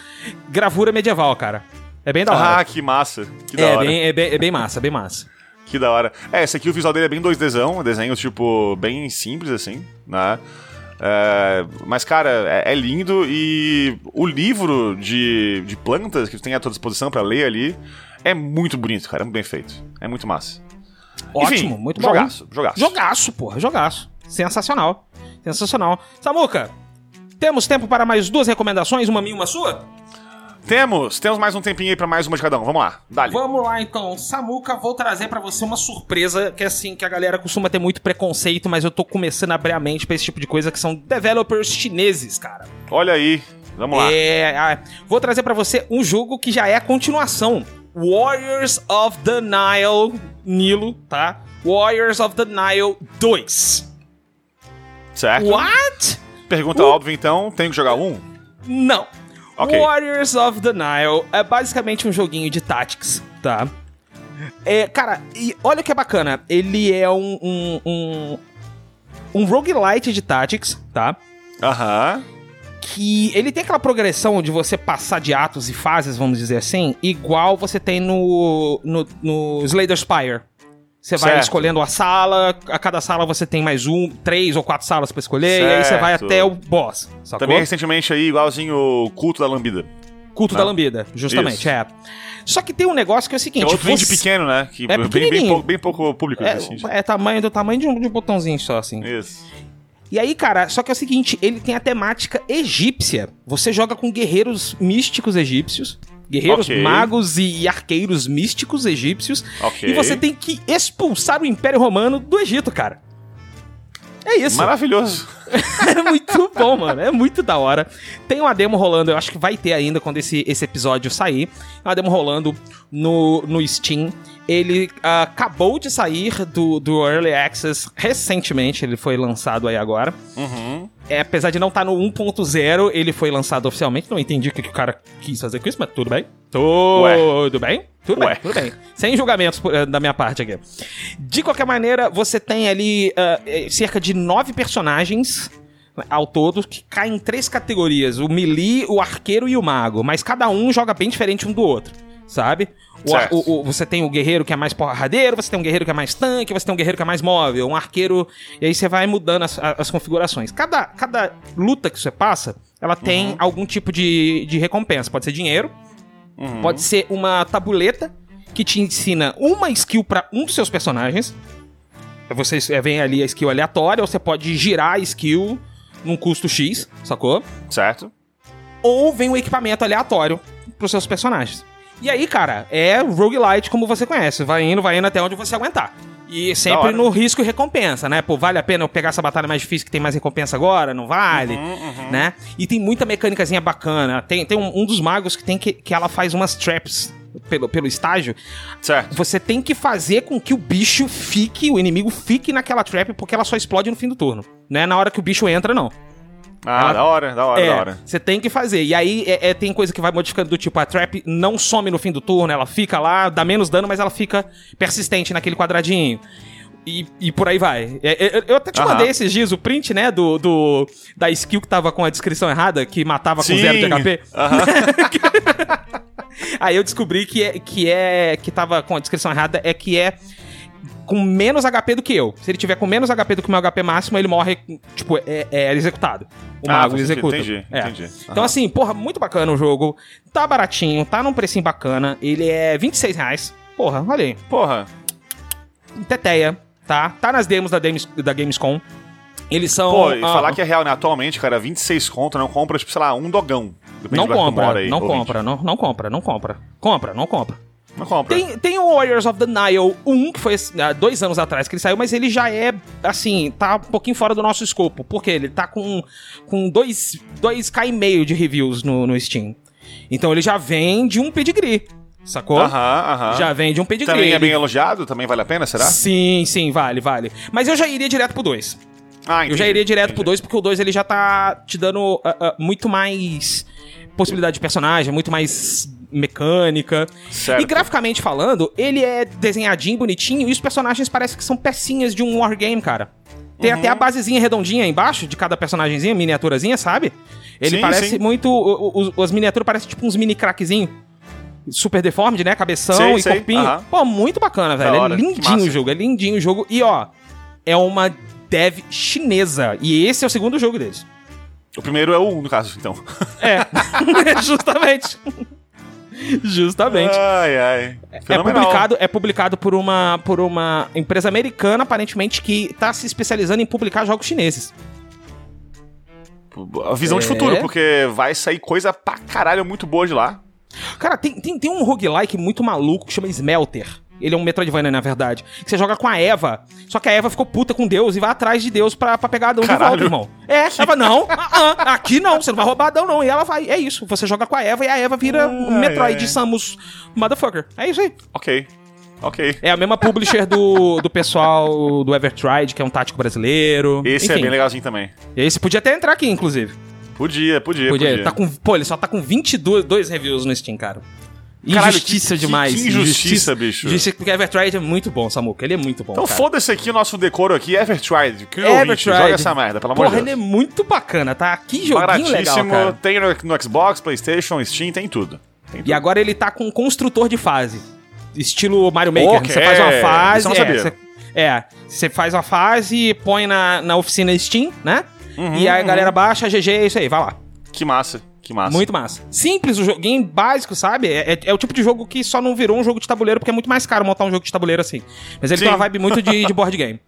gravura medieval, cara. É bem da hora.
Ah, que massa. Que da
é,
hora.
bem, é, bem, é bem massa, bem massa.
Que da hora. É, esse aqui o visual dele é bem 2Dzão, desenhos, tipo, bem simples, assim, né? É, mas, cara, é, é lindo e o livro de, de plantas que tem à tua disposição pra ler ali é muito bonito, cara. É muito bem feito. É muito massa.
Ótimo, muito bom.
jogaço, Jogaço,
Jogaço, porra, jogaço. Sensacional. Sensacional. Samuca, temos tempo para mais duas recomendações, uma minha e uma sua?
Temos, temos mais um tempinho aí pra mais uma de cada um. Vamos lá, dali.
Vamos lá então, Samuca, vou trazer pra você uma surpresa que assim, que a galera costuma ter muito preconceito, mas eu tô começando a abrir a mente pra esse tipo de coisa que são developers chineses, cara.
Olha aí, vamos lá.
É, ah, vou trazer pra você um jogo que já é a continuação. Warriors of the Nile, Nilo, tá? Warriors of the Nile 2.
Certo?
What?
Pergunta
Uh!
óbvia, então. Tenho que jogar um?
Não.
Ok.
Warriors of the Nile é basicamente um joguinho de táticas, tá? É, cara, e olha o que é bacana. Ele é um. um, um um roguelite de Tactics, tá?
Aham.
Que ele tem aquela progressão de você passar de atos e fases, vamos dizer assim, igual você tem no, no, no Slayer Spire. Você vai
Certo.
escolhendo a sala, a cada sala você tem mais um, três ou quatro salas pra escolher, e aí você vai
Certo.
até o boss. Sacou?
Também recentemente aí, igualzinho o culto da lambida.
Culto
Né?
da lambida, justamente,
Isso.
é. Só que tem um negócio que é o
Que
seguinte...
é outro indie
você- é
pequeno, né? Que bem- bem,
pequenininho.
pouco, bem pouco público.
É,
assim, É.
é tamanho do tamanho de um, de um botãozinho só, assim.
Isso.
E aí, cara, só que é o seguinte, ele tem a temática egípcia. Você joga com guerreiros místicos egípcios, guerreiros
Ok.
magos e arqueiros místicos egípcios,
Ok.
e você tem que expulsar o Império Romano do Egito, cara. É isso.
Maravilhoso.
[LAUGHS] É muito bom, mano. É muito da hora. Tem uma demo rolando, eu acho que vai ter ainda quando esse, esse episódio sair. É uma demo rolando no, no Steam. Ele ah, acabou de sair do, do Early Access recentemente, ele foi lançado aí agora.
Uhum.
É, apesar de não estar no 1.0, ele foi lançado oficialmente. Não entendi o que, que o cara quis fazer com isso, mas tudo bem. Tudo bem? Tudo
Ué.
bem, tudo bem. Sem julgamentos por- eh, da minha parte aqui. De qualquer maneira, você tem ali ah, eh, cerca de nove personagens ao todo que caem em três categorias: o melee, o arqueiro e o mago. Mas cada um joga bem diferente um do outro, sabe? O, ar-
Certo.
o- o- você tem o guerreiro que é mais porradeiro, você tem um guerreiro que é mais tanque, você tem um guerreiro que é mais móvel, um arqueiro. E aí você vai mudando as, a- as configurações. Cada, cada luta que você passa, ela tem algum tipo de, de recompensa. Pode ser dinheiro,
Uhum.
pode ser uma tabuleta que te ensina uma skill pra um dos seus personagens. Você é, vem ali a skill aleatória, ou você pode girar a skill num custo X, sacou?
Certo?
Ou vem um equipamento aleatório pros seus personagens. E aí, cara, é roguelite como você conhece. Vai indo, vai indo até onde você aguentar. E sempre
hora.
no risco e recompensa, né? Pô, vale a pena eu pegar essa batalha mais difícil que tem mais recompensa agora? Não vale? né? E tem muita mecânicazinha bacana. Tem, tem um, um dos magos que tem que, que ela faz umas traps pelo, pelo estágio.
Certo.
Você tem que fazer com que o bicho né? fique, o inimigo fique naquela trap, porque ela só explode no fim do turno. Não é na hora que o bicho entra, não.
Ah,
Ela-
da hora, da hora, da
É,
hora.
você tem que fazer. E aí é, é, tem coisa que vai modificando do tipo, a trap não some no fim do turno, ela fica lá, dá menos dano, mas ela fica persistente naquele quadradinho. E, e por aí vai. É, é, eu- eu até te
Aham.
mandei esses dias o print, né, do, do- da skill que tava com a descrição errada, que matava com
Sim.
zero de HP.
Aham.
[LAUGHS] Aí eu descobri que é, que é que tava com a descrição errada, é que é com menos HP do que eu. Se ele tiver com menos HP do que o meu HP máximo, ele morre, tipo, é, é executado. O
Ah,
mago
faz sentido.
executa.
Entendi,
É.
entendi.
Então,
Aham.
assim, porra, muito bacana o jogo. Tá baratinho, tá num precinho bacana. Ele é 26 reais. Porra, olha aí.
Porra.
Então, Teteia, tá? Tá nas demos da, Games, da Gamescom. Eles são.
Pô, e
ah,
falar que é real, né? Atualmente, cara, 26 conto, não compra, tipo, sei lá, um dogão. Depende
Não
do lugar que tu
compra,
mora aí,
não
ouvinte.
compra, não, não compra, não compra. Compra, não compra.
Não compra.
Tem, tem o Warriors of the Nile 1, que foi há dois anos atrás que ele saiu, mas ele já é, assim, tá um pouquinho fora do nosso escopo. Porque ele tá com, com dois, dois K e meio de reviews no, no Steam. Então ele já vem de um pedigree, sacou?
Aham, aham.
Já vem de um pedigree.
Também é
Ele-
bem elogiado? Também vale a pena, será?
Sim, sim, vale, vale. Mas eu já iria direto pro 2.
Ah,
Eu já iria direto pro 2, porque o 2 ele já tá te dando ah, ah, muito mais possibilidade de personagem, muito mais mecânica.
Certo.
E graficamente falando, ele é desenhadinho, bonitinho, e os personagens parecem que são pecinhas de um wargame, cara. Tem até
Uhum.
a basezinha redondinha embaixo de cada personagemzinha, miniaturazinha, sabe? Ele
Sim,
parece
sim.
muito. o- o- os- as miniaturas parecem tipo uns mini craquezinhos. Super deformed, né? Cabeção
Sei,
e
sei,
corpinho.
aham.
Pô, muito bacana,
Da
velho.
hora,
É
que
lindinho o
massa.
jogo, é lindinho o jogo. E ó, é uma dev chinesa. E esse é o segundo jogo deles.
O primeiro é o 1, no caso, então.
É, [LAUGHS] justamente. Justamente.
Ai, ai.
É
Fenomenal.
publicado, é publicado por uma, por uma empresa americana, aparentemente, que tá se especializando em publicar jogos chineses.
A visão de
É.
futuro, porque vai sair coisa pra caralho muito boa de lá.
Cara, tem, tem, tem um roguelike muito maluco que chama Smelter. Ele é um Metroidvania, na verdade. Que Você joga com a Eva. Só que a Eva ficou puta com Deus e vai atrás de Deus pra, pra pegar Adão de
Caralho.
volta, irmão. É, Eva, não. ah, ah, aqui não, você não vai roubar Adão, não. E ela vai. É isso. Você joga com a Eva e a Eva vira um
Ai,
Metroid
ai.
Samus Motherfucker. É isso aí.
Ok. Ok.
É a mesma publisher do, do pessoal do Evertride, que é um tático brasileiro.
Esse é
Enfim,
bem legalzinho também.
Esse podia até entrar aqui, inclusive.
Podia, podia,
Podia.
podia.
Tá com, pô, ele só tá com 22 dois reviews no Steam, cara.
Caralho,
injustiça
que- que-
demais.
que injustiça, bicho.
Injustiça, porque Evertride é muito bom, Samuca. Ele é muito bom.
Então
cara.
foda-se aqui o nosso decoro aqui, Evertried. Que
Evertride.
ouvinte, joga essa merda, pelo amor de
Porra, ele
Deus.
é muito bacana, tá? Que joguinho legal, cara.
tem no, no Xbox, Playstation, Steam, tem tudo. Tem tudo.
E agora ele tá com um construtor de fase. Estilo Mario Maker.
Ok,
Você faz uma fase.
isso eu não
é,
sabia.
você, é, você faz uma fase, põe na, na oficina Steam, né?
Uhum,
e aí a
uhum.
galera baixa, GG, é isso aí, vai lá.
Que massa, que massa.
Muito massa. Simples o joguinho, básico, sabe? É, é- é o tipo de jogo que só não virou um jogo de tabuleiro, porque é muito mais caro montar um jogo de tabuleiro assim. Mas ele
Sim.
tem uma vibe muito
[LAUGHS]
de, de board game.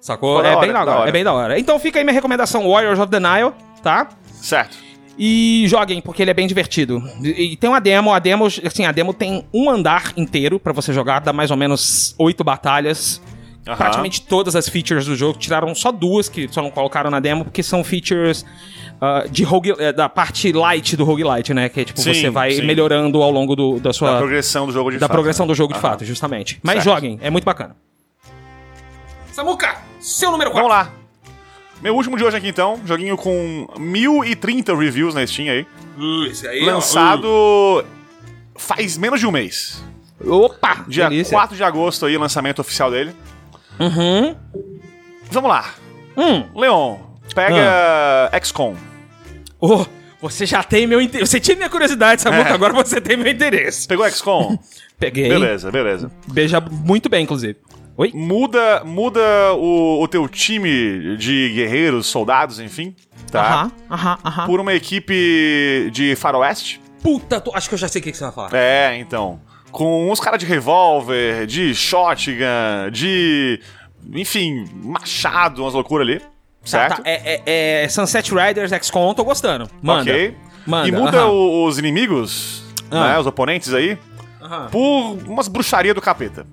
Sacou?
Pô, da
é
hora,
bem legal,
da hora.
é bem da hora. Então fica aí minha recomendação, Warriors of the Nile, tá?
Certo.
E joguem, porque ele é bem divertido. E, e tem uma demo, a demo, assim, a demo tem um andar inteiro pra você jogar, dá mais ou menos oito batalhas.
Aham.
Praticamente todas as features do jogo, tiraram só duas que só não colocaram na demo, porque são features ah, de rogue, eh, da parte light do roguelite, né? Que é tipo,
Sim,
você vai
sim.
melhorando ao longo do- da sua.
Da
Da,
progressão do jogo de fato. né?
progressão do jogo de
Aham.
fato, justamente. Mas
Certo.
joguem, é muito bacana. Samuca, seu número 4.
Vamos lá. Meu último de hoje aqui então, joguinho com 1030 reviews na Steam aí.
Uh,
lançado faz menos de um mês.
Uh. Opa!
Dia
delícia.
4 de agosto aí, lançamento oficial dele.
Uhum.
Vamos lá.
Hum.
Leon,
Ah.
pega XCOM.
Oh, você já tem meu interesse. Você tinha minha curiosidade, Samuca,
É.
agora você tem meu interesse.
Pegou XCOM?
[LAUGHS] Peguei.
beleza, beleza.
Beija muito bem, inclusive. Oi?
Muda, muda o, o teu time de guerreiros, soldados, enfim, tá?
Aham, aham, aham.
Por uma equipe de faroeste.
Puta, tu- acho que eu já sei o que que você vai falar.
É, então. Com uns caras de revólver, de shotgun, de. Enfim, machado, umas loucuras ali.
Tá, tá.
Certo?
É, é- é Sunset Riders XCOM, tô gostando. Manda.
Ok.
Manda,
e muda
aham.
o- os inimigos,
Ah.
né, os oponentes aí,
Aham.
por umas bruxaria do capeta.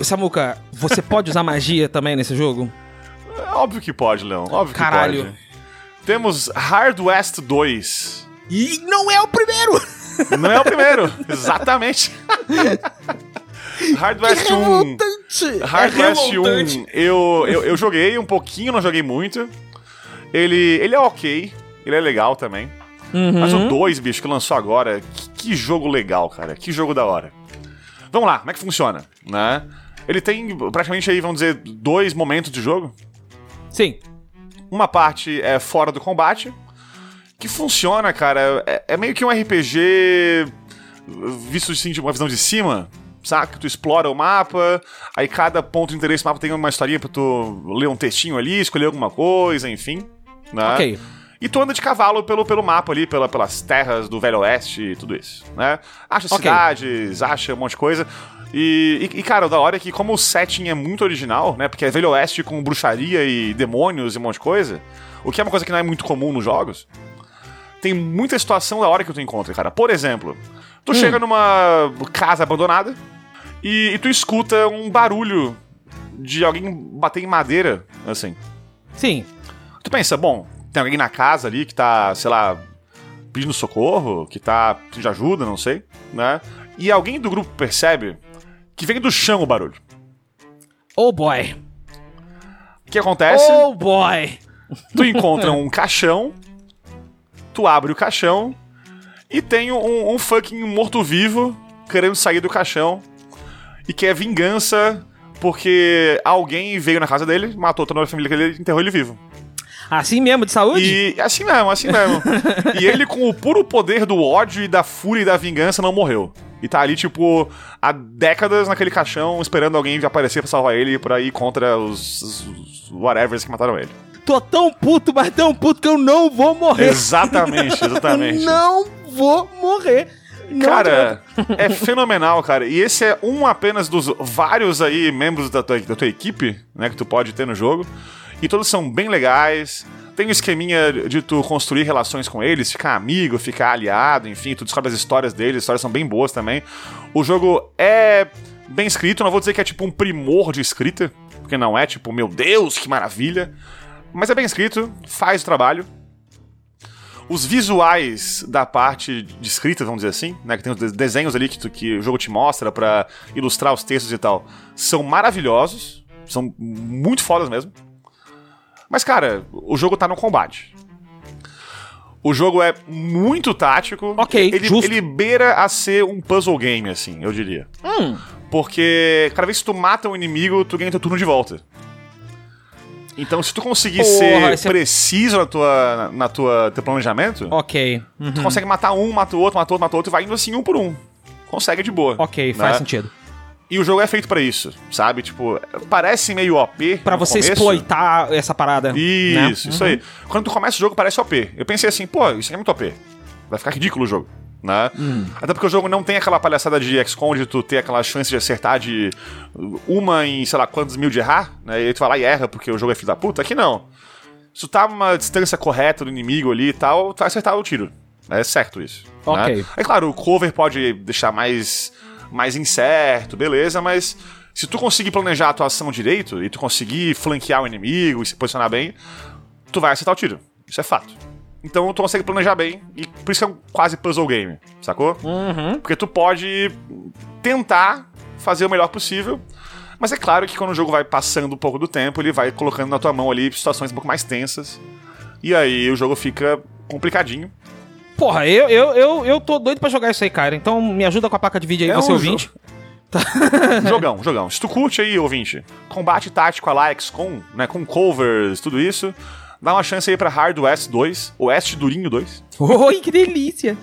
Samuca, você pode usar magia também nesse jogo?
É Óbvio que pode, Leon. Óbvio
Caralho.
que pode. Temos Hard West 2.
E não é o primeiro!
Não é o primeiro, [LAUGHS] exatamente. [LAUGHS] Hard West
é
1.
Revoltante!
Hard um.
É
West
revoltante.
1, eu, eu, eu joguei um pouquinho, não joguei muito. Ele, ele é ok, ele é legal também. Mas o 2, bicho, que lançou agora, que, que jogo legal, cara. Que jogo da hora. Vamos lá, como é que funciona, né? Ele tem praticamente aí, vamos dizer, dois momentos de jogo.
Sim.
Uma parte é fora do combate, que funciona, cara. É, é meio que um RPG visto assim, de uma visão de cima, saca? Tu explora o mapa, aí cada ponto de interesse do mapa tem uma historinha pra tu ler um textinho ali, escolher alguma coisa, enfim. Né?
Ok.
E tu anda de cavalo pelo, pelo mapa ali, pela, pelas terras do Velho Oeste e tudo isso, né? Acha
Ok.
cidades, acha um monte de coisa. E, e, e, cara, o da hora é que como o setting é muito original, né? Porque é Velho Oeste com bruxaria e demônios e um monte de coisa, o que é uma coisa que não é muito comum nos jogos, tem muita situação da hora que tu encontra, cara. Por exemplo, tu chega numa casa abandonada e, e tu escuta um barulho de alguém bater em madeira, assim.
Sim.
Tu pensa, bom, tem alguém na casa ali que tá, sei lá, pedindo socorro, que tá pedindo de ajuda, não sei, né? E alguém do grupo percebe que vem do chão o barulho.
Oh boy.
O que acontece?
Oh boy.
Tu encontra um caixão, tu abre o caixão e tem um, um fucking morto-vivo querendo sair do caixão e quer vingança porque alguém veio na casa dele, matou toda a família que ele enterrou ele vivo.
Assim mesmo, de saúde?
E assim mesmo, assim mesmo. e ele, com o puro poder do ódio e da fúria e da vingança, não morreu. E tá ali, tipo, há décadas naquele caixão, esperando alguém aparecer pra salvar ele pra ir contra os, os whatevers que mataram ele.
Tô tão puto, mas tão puto que eu não vou morrer.
Exatamente, exatamente.
Não vou morrer. Não adianta.
Cara, é fenomenal, cara. E esse é um apenas dos vários aí membros da tua, da tua equipe, né, que tu pode ter no jogo. E todos são bem legais. Tem um esqueminha de tu construir relações com eles, ficar amigo, ficar aliado, enfim, tu descobre as histórias deles, as histórias são bem boas também. O jogo é bem escrito, não vou dizer que é tipo um primor de escrita, porque não é tipo, meu Deus, que maravilha. Mas é bem escrito, faz o trabalho os visuais da parte de escrita, vamos dizer assim, né? Que tem os de- desenhos ali que, tu- que o jogo te mostra pra ilustrar os textos e tal, são maravilhosos, são muito fodas mesmo. Mas, cara, o jogo tá no combate. O jogo é muito tático.
Ok,
ele,
justo.
ele beira a ser um puzzle game, assim, eu diria.
Hum.
Porque cada vez que tu mata um inimigo, tu ganha teu turno de volta. Então, se tu conseguir
Porra,
ser
esse é-
preciso na tua, na- na tua teu planejamento,
Ok. Hum,
Tu consegue matar um, mata o outro, mata o outro, mata o outro, vai indo assim um por um. Consegue de boa.
Ok,
né?
faz sentido.
E o jogo é feito pra isso, sabe? Tipo, parece meio OP.
Pra
no
você
começo.
exploitar essa parada. né?
Isso, isso
Uhum.
aí. Quando tu começa o jogo, parece OP. Eu pensei assim, pô, isso aqui é muito OP. Vai ficar ridículo o jogo. Né?
Hum.
Até porque o jogo não tem aquela palhaçada de XCOM de tu ter aquela chance de acertar de uma em sei lá quantos mil de errar, né? E aí tu vai lá e erra porque o jogo é filho da puta. Aqui não. Se tu tá numa distância correta do inimigo ali e tal, tu vai acertar o tiro. É certo isso.
Ok.
né? É claro, o cover pode deixar mais, mais incerto, beleza, mas se tu conseguir planejar a tua ação direito e tu conseguir flanquear o inimigo e se posicionar bem, tu vai acertar o tiro. Isso é fato. Então tu consegue planejar bem, e por isso que é um quase puzzle game, sacou?
Uhum.
Porque tu pode tentar fazer o melhor possível, mas é claro que quando o jogo vai passando um pouco do tempo, ele vai colocando na tua mão ali situações um pouco mais tensas, e aí o jogo fica complicadinho.
Porra, eu, eu, eu, eu tô doido pra jogar isso aí, cara. Então me ajuda com a placa de vídeo aí,
É
você
um
ouvinte.
jogão, jogão. Se tu curte aí, ouvinte, combate tático a la XCOM, né, com covers, tudo isso, dá uma chance aí pra Hard West 2, Oeste Durinho 2.
Oi, que delícia.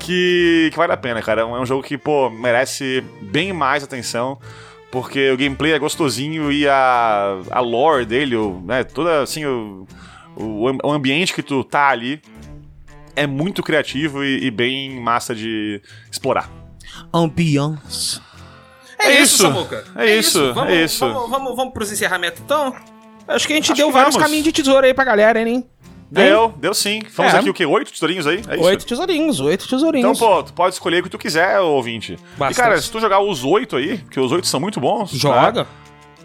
que, que vale a pena, cara. É um é um jogo que, pô, merece bem mais atenção. Porque o gameplay é gostosinho e a, a lore dele, o, né, toda assim, o, o, am- o ambiente que tu tá ali é muito criativo e, e bem massa de explorar.
Ambiance.
É isso. É isso,
Vamos,
é isso.
Vamos, vamos, vamos pros encerramentos, então? Acho que a gente
Acho
deu
que
vários
vamos.
caminhos de tesouro aí pra galera, hein?
Deu, deu sim. Fomos
É.
aqui o quê? Oito tesourinhos aí? É isso?
Oito tesourinhos, oito tesourinhos.
Então, pô, tu pode escolher o que tu quiser, ouvinte.
Bastante.
E, cara, se tu jogar os oito aí, porque os oito são muito bons.
Joga.
né?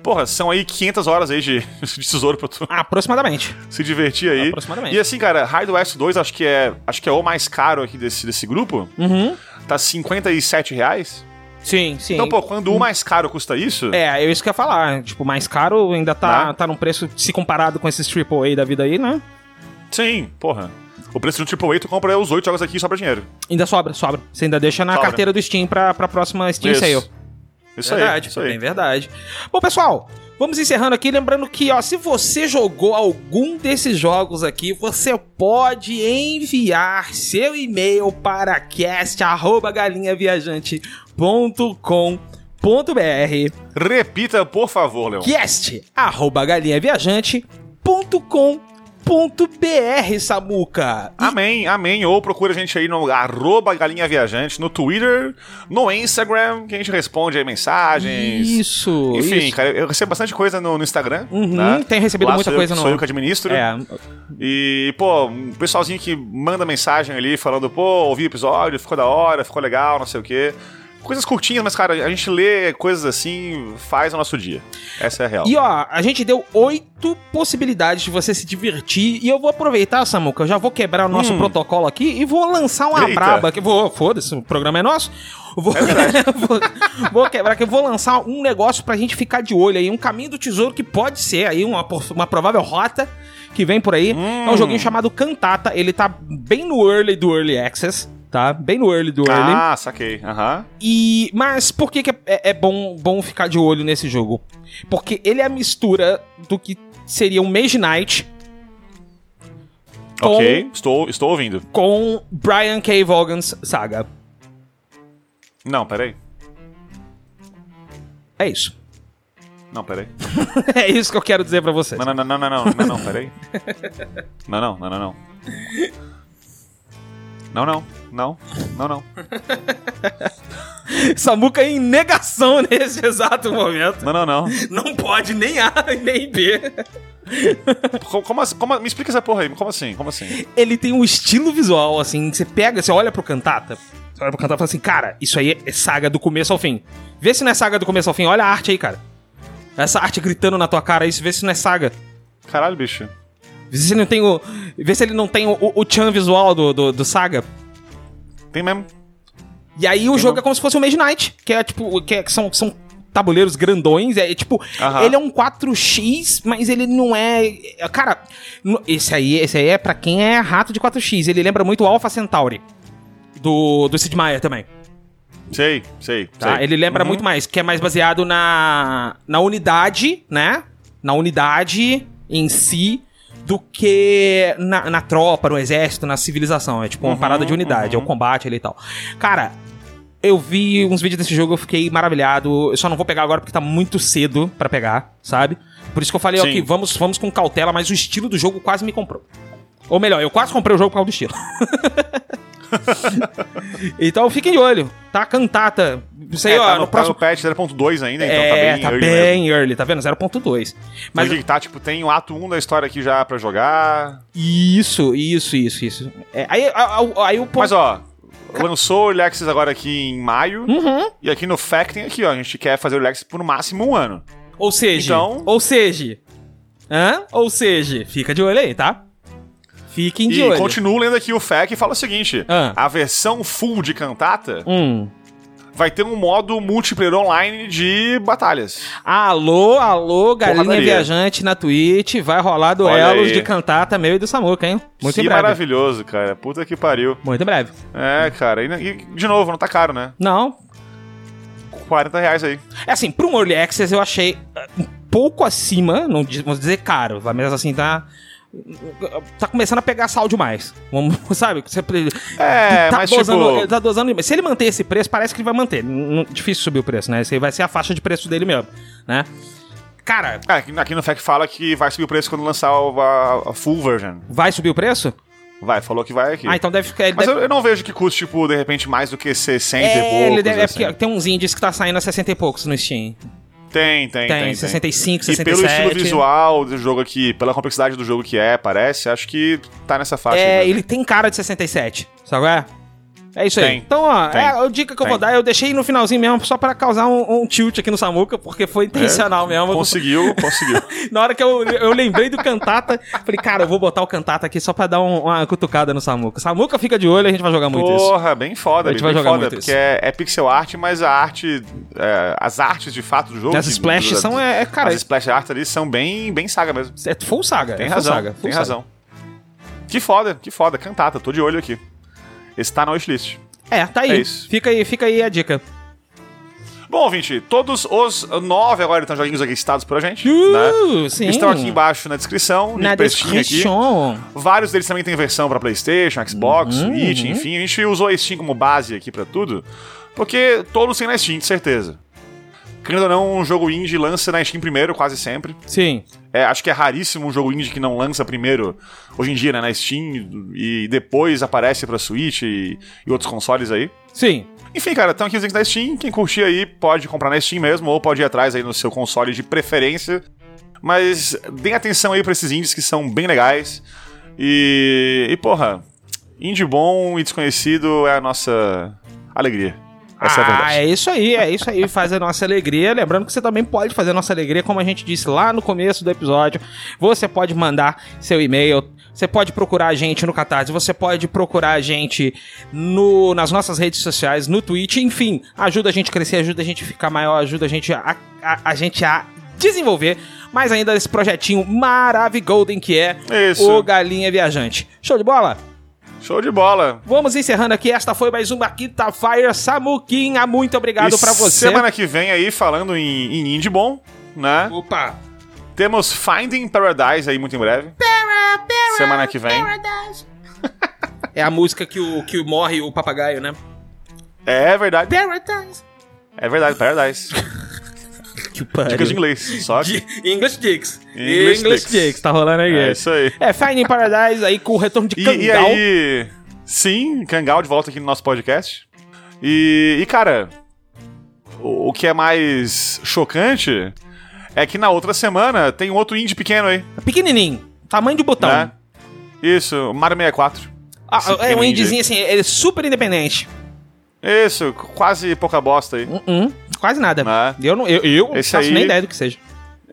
Porra, são aí 500 horas aí de, [LAUGHS] de tesouro pra tu
Aproximadamente.
se divertir aí.
Aproximadamente.
E assim, cara, Hard West 2 acho que é, acho que é o mais caro aqui desse, desse grupo.
Uhum.
Tá R$ 57 reais.
Sim, sim.
Então, pô, quando o mais caro custa isso,
É, é isso que eu ia falar. Tipo, mais caro ainda tá,
Né?
tá num preço, se comparado com esses AAA da vida aí, né?
sim, porra. O preço do AAA, tu compra os oito jogos aqui e sobra dinheiro.
Ainda sobra, sobra. Você ainda deixa na
Sobra.
carteira do Steam pra, pra próxima Steam Sale.
Isso
verdade,
aí. Isso aí.
bem verdade. Bom, pessoal, vamos encerrando aqui. Lembrando que, ó, se você jogou algum desses jogos aqui, você pode enviar seu e-mail para cast.galinhaviajante.com.br
Repita, por favor, Leon.
cast, arroba galinhaviajante.com.br, Samuca.
Amém, amém. Ou procura a gente aí no arroba Galinha Viajante, no Twitter, no Instagram, que a gente responde aí mensagens.
Isso,
Enfim,
isso.
cara, eu recebo bastante coisa no, no Instagram.
Uhum,
né?
tenho recebido
Lá
muita
sou eu-
coisa no-
Sou eu que administro.
É,
E, pô, um pessoalzinho que manda mensagem ali falando, pô, ouvi o episódio, ficou da hora, ficou legal, não sei o quê. Coisas curtinhas, mas, cara, a gente lê coisas assim, faz o nosso dia. Essa é a real.
e ó, a gente deu oito possibilidades de você se divertir. E eu vou aproveitar, Samuca, eu já vou quebrar o nosso protocolo aqui e vou lançar uma
Hum. Eita.
braba. Que vou, foda-se, o programa é nosso. Vou, [LAUGHS] vou, vou quebrar que eu vou lançar um negócio pra gente ficar de olho aí. Um caminho do tesouro que pode ser aí uma, po- uma provável rota que vem por aí. É
Hum.
um joguinho chamado Cantata. Ele tá bem no early do Early Access. Tá? Bem no early do early.
ah, saquei. Aham.
E mas por que, que é, é- é bom, bom ficar de olho nesse jogo? Porque ele é a mistura do que seria um Mage Knight Com-
Ok, estou, estou ouvindo.
com Brian K. Vaughan's saga.
Não, peraí.
É isso. [LAUGHS]
Não, peraí.
é isso que eu quero dizer pra vocês.
Não, não, não, não, não, não, não, não, peraí. Não, não, não, não, não. Não, não, não, não, não.
Samuca é em negação [LAUGHS] nesse exato momento.
Não, não, não.
Não pode nem A [LAUGHS] e nem B.
Co- Como assim? Como- me explica essa porra aí. Como assim? Como assim?
Ele tem um estilo visual assim, que você pega, você olha pro Cantata, você olha pro Cantata e fala assim: "Cara, isso aí é saga do começo ao fim". Vê se não é saga do começo ao fim. Olha a arte aí, cara. Essa arte gritando na tua cara, isso vê se não é saga.
Caralho, bicho.
Vê se ele não tem o. Vê se ele não tem o, o, o Chan visual do, do, do Saga.
Tem mesmo.
E aí o jogo
não.
é como se fosse um Mage Knight, que é tipo. Que, é- que são, que são tabuleiros grandões. É, tipo,
Aham.
ele é um 4x, mas ele não é. é- Cara, no- esse aí, esse aí é pra quem é rato de 4x. Ele lembra muito o Alpha Centauri. Do, do Sid Maier também.
Sei, sei,
Tá?
sei.
Ele lembra
Uhum.
muito mais, que é mais baseado na, na unidade, né? Na unidade em si, do que na, na tropa, no exército, na civilização. É tipo uma
Uhum,
parada de unidade,
uhum.
é o combate ali e tal. Cara, eu vi uns vídeos desse jogo, eu fiquei maravilhado. Eu só não vou pegar agora porque tá muito cedo pra pegar, sabe? Por isso que eu falei,
Sim.
ok, vamos, vamos com cautela, mas o estilo do jogo quase me comprou. Ou melhor, eu quase comprei o jogo por causa do estilo. [LAUGHS] então fiquem de olho, tá? Cantata. Isso aí,
É,
ó,
tá
no,
no,
próximo.
Tá no patch 0.2 ainda, então tá
é,
bem.
tá
early
bem,
mesmo.
early, tá vendo? 0.2.
Mas
Mas
que tá, tipo, tem o ato 1 da história aqui já pra jogar.
isso, isso, isso, isso. É, aí, a- a- aí o ponto.
Mas ó, lançou o Early Access agora aqui em maio.
Uhum.
E aqui no Facting, aqui, ó, a gente quer fazer o Early Access por no máximo um ano.
Ou seja,
Então-
ou seja, hã? Ou seja, fica de olho aí, tá? Fiquem de
E
olho.
continuo lendo aqui o FAQ e fala o seguinte:
Ah.
a versão full de cantata
Hum.
vai ter um modo multiplayer online de batalhas.
Alô, alô, galinha
Porradaria.
viajante na Twitch. Vai rolar duelos
aí.
de cantata meu e do Samuca, hein? Muito
que
em breve.
maravilhoso, cara. Puta que pariu.
Muito em breve.
É, cara. E, e, de novo, não tá caro, né?
Não.
40 reais aí.
É assim, pra um Early Access eu achei eh, um pouco acima, não di- vamos dizer caro, vai, mas assim, tá. Tá começando a pegar sal demais. Vamos, [LAUGHS] sabe? Você,
É,
tá
mas
dosando,
tipo.
Tá dosando demais. Se ele manter esse preço, parece que ele vai manter. Não- difícil subir o preço, né? Esse aí vai ser a faixa de preço dele mesmo, né? Cara,
É, aqui- aqui no FAQ fala que vai subir o preço quando lançar o- a, a full version.
vai subir o preço?
Vai, falou que vai aqui.
Ah, então deve ficar. Ele
Mas
deve-
eu, eu não vejo que custe, tipo, de repente, mais do que 60 e poucos.
É, ele deve, é
assim.
porque tem uns indies que tá saindo a 60 e poucos no Steam.
Tem, tem, tem.
Tem, 65,
E pelo
67.
estilo visual do jogo aqui, pela complexidade do jogo que é, parece, acho que tá nessa faixa.
é,
aí mesmo.
ele tem cara de 67, sabe? qual é? É isso aí.
Tem.
Então, ó,
Tem.
é a dica que eu vou
Tem.
dar, eu deixei no finalzinho mesmo, só pra causar um, um tilt aqui no Samuca, porque
É,
foi intencional mesmo. Eu-
Conseguiu, conseguiu.
[LAUGHS] Na hora que eu, eu lembrei do cantata, falei, cara, eu vou botar o cantata aqui só pra dar um- uma cutucada no Samuca. Samuca fica de olho, a gente vai jogar muito isso.
Porra, bem foda,
A gente
bem
vai jogar
foda,
muito
porque
isso.
é, é pixel art, mas a arte, é, as artes de fato do jogo...
As
de-
splash
do-
são, é, é, cara,
as splash art ali são bem, bem saga mesmo.
é full saga.
Tem
é full
razão,
saga, full
tem
saga.
razão. Que foda, que foda, cantata, tô de olho aqui. Esse tá na wishlist.
É, tá aí.
É isso.
Fica aí, fica aí a dica.
Bom, ouvinte, todos os nove agora estão joguinhos aqui citados pra gente, né?
Uh, sim.
Estão aqui embaixo na descrição,
Na
link pra Steam aqui.
descrição.
Vários deles também têm versão pra Playstation, Xbox,
Uhum.
Switch, enfim. A gente usou a Steam como base aqui pra tudo, porque todos têm na Steam, de certeza. Querendo ou não, um jogo indie lança na Steam primeiro, quase sempre.
Sim.
É, acho que é raríssimo um jogo indie que não lança primeiro, hoje em dia, né, na Steam, e depois aparece pra Switch e, e outros consoles aí.
Sim.
Enfim, cara, estão aqui os links da Steam. Quem curtir aí pode comprar na Steam mesmo, ou pode ir atrás aí no seu console de preferência. Mas deem atenção aí pra esses indies que são bem legais. E, e porra, indie bom e desconhecido é a nossa alegria. Essa é a
ah,
verdade.
é isso aí, é isso aí, faz a nossa alegria. Lembrando que você também pode fazer a nossa alegria, como a gente disse lá no começo do episódio. Você pode mandar seu e-mail, você pode procurar a gente no Catarse, você pode procurar a gente no, nas nossas redes sociais, no Twitch, enfim, ajuda a gente a crescer, ajuda a gente a ficar maior, ajuda a gente a, a, a gente a desenvolver mais ainda esse projetinho maravilhoso que é
Isso.
o Galinha Viajante. Show de bola?
Show de bola.
Vamos encerrando aqui. Esta foi mais uma Quinta Fire Samuquinha. Muito obrigado
E
pra você.
Semana que vem aí, falando em, em indie bom, né?
Opa!
Temos Finding Paradise aí muito em breve. Semana que vem.
É a música que, o, que morre o papagaio, né?
É verdade.
Paradise.
É verdade, Paradise.
Que pariu.
Dicas de inglês, só que...
Di- [LAUGHS] English Dicks.
English Dicks.
Tá rolando aí.
É isso aí.
É, Finding Paradise aí com o retorno de
E,
Kangal.
e aí, sim, Kangal de volta aqui no nosso podcast. E, e, cara, o, o que é mais chocante é que na outra semana tem um outro indie pequeno aí,
Pequenininho. Tamanho de botão.
né? Isso, Mario 64.
Ah,
Esse
é um
pequenininho
indizinho assim, ele é super independente.
Isso, quase pouca bosta aí.
Uh-uh, quase nada.
Ah.
Eu não eu, eu
Esse
faço
aí-
nem ideia do que seja.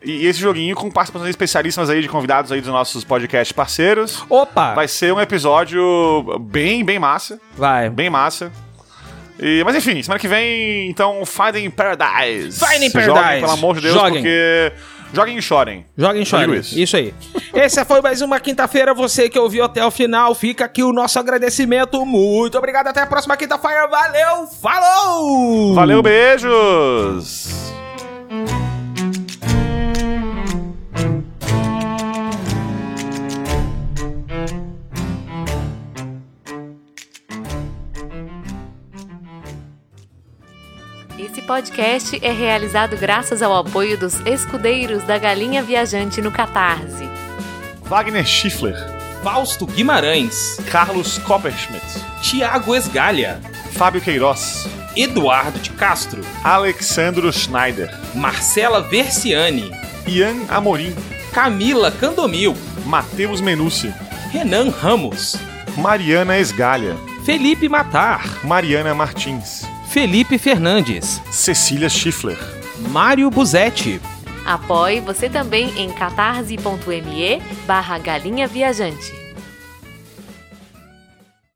E, e esse joguinho com participações especialíssimas aí de convidados aí dos nossos podcast parceiros.
Opa!
Vai ser um episódio bem, bem massa.
Vai.
Bem massa. E- mas enfim, semana que vem, então, Finding Paradise.
Finding Paradise.
Joguem, pelo amor de Deus,
Joguem.
porque. Joguem e chorem.
Joguem chorem.
Digo
Isso.
isso.
aí. Essa foi mais uma quinta-feira. Você que ouviu até o final, fica aqui o nosso agradecimento. Muito obrigado. Até a próxima quinta-feira. Valeu. Falou.
Valeu, beijos!
Esse podcast é realizado graças ao apoio dos escudeiros da Galinha Viajante no Catarse.
Wagner Schiffler,
Fausto Guimarães,
Carlos Copperschmidt,
Tiago Esgalha,
Fábio Queiroz,
Eduardo de Castro,
Alexandro Schneider,
Marcela Versiani,
Ian Amorim,
Camila Candomil,
Matheus Menucci,
Renan Ramos,
Mariana Esgalha,
Felipe Matar,
Mariana Martins,
Felipe Fernandes,
Cecília Schiffler,
Mário Buzetti,
Apoie você também em catarse.me barra Galinha Viajante.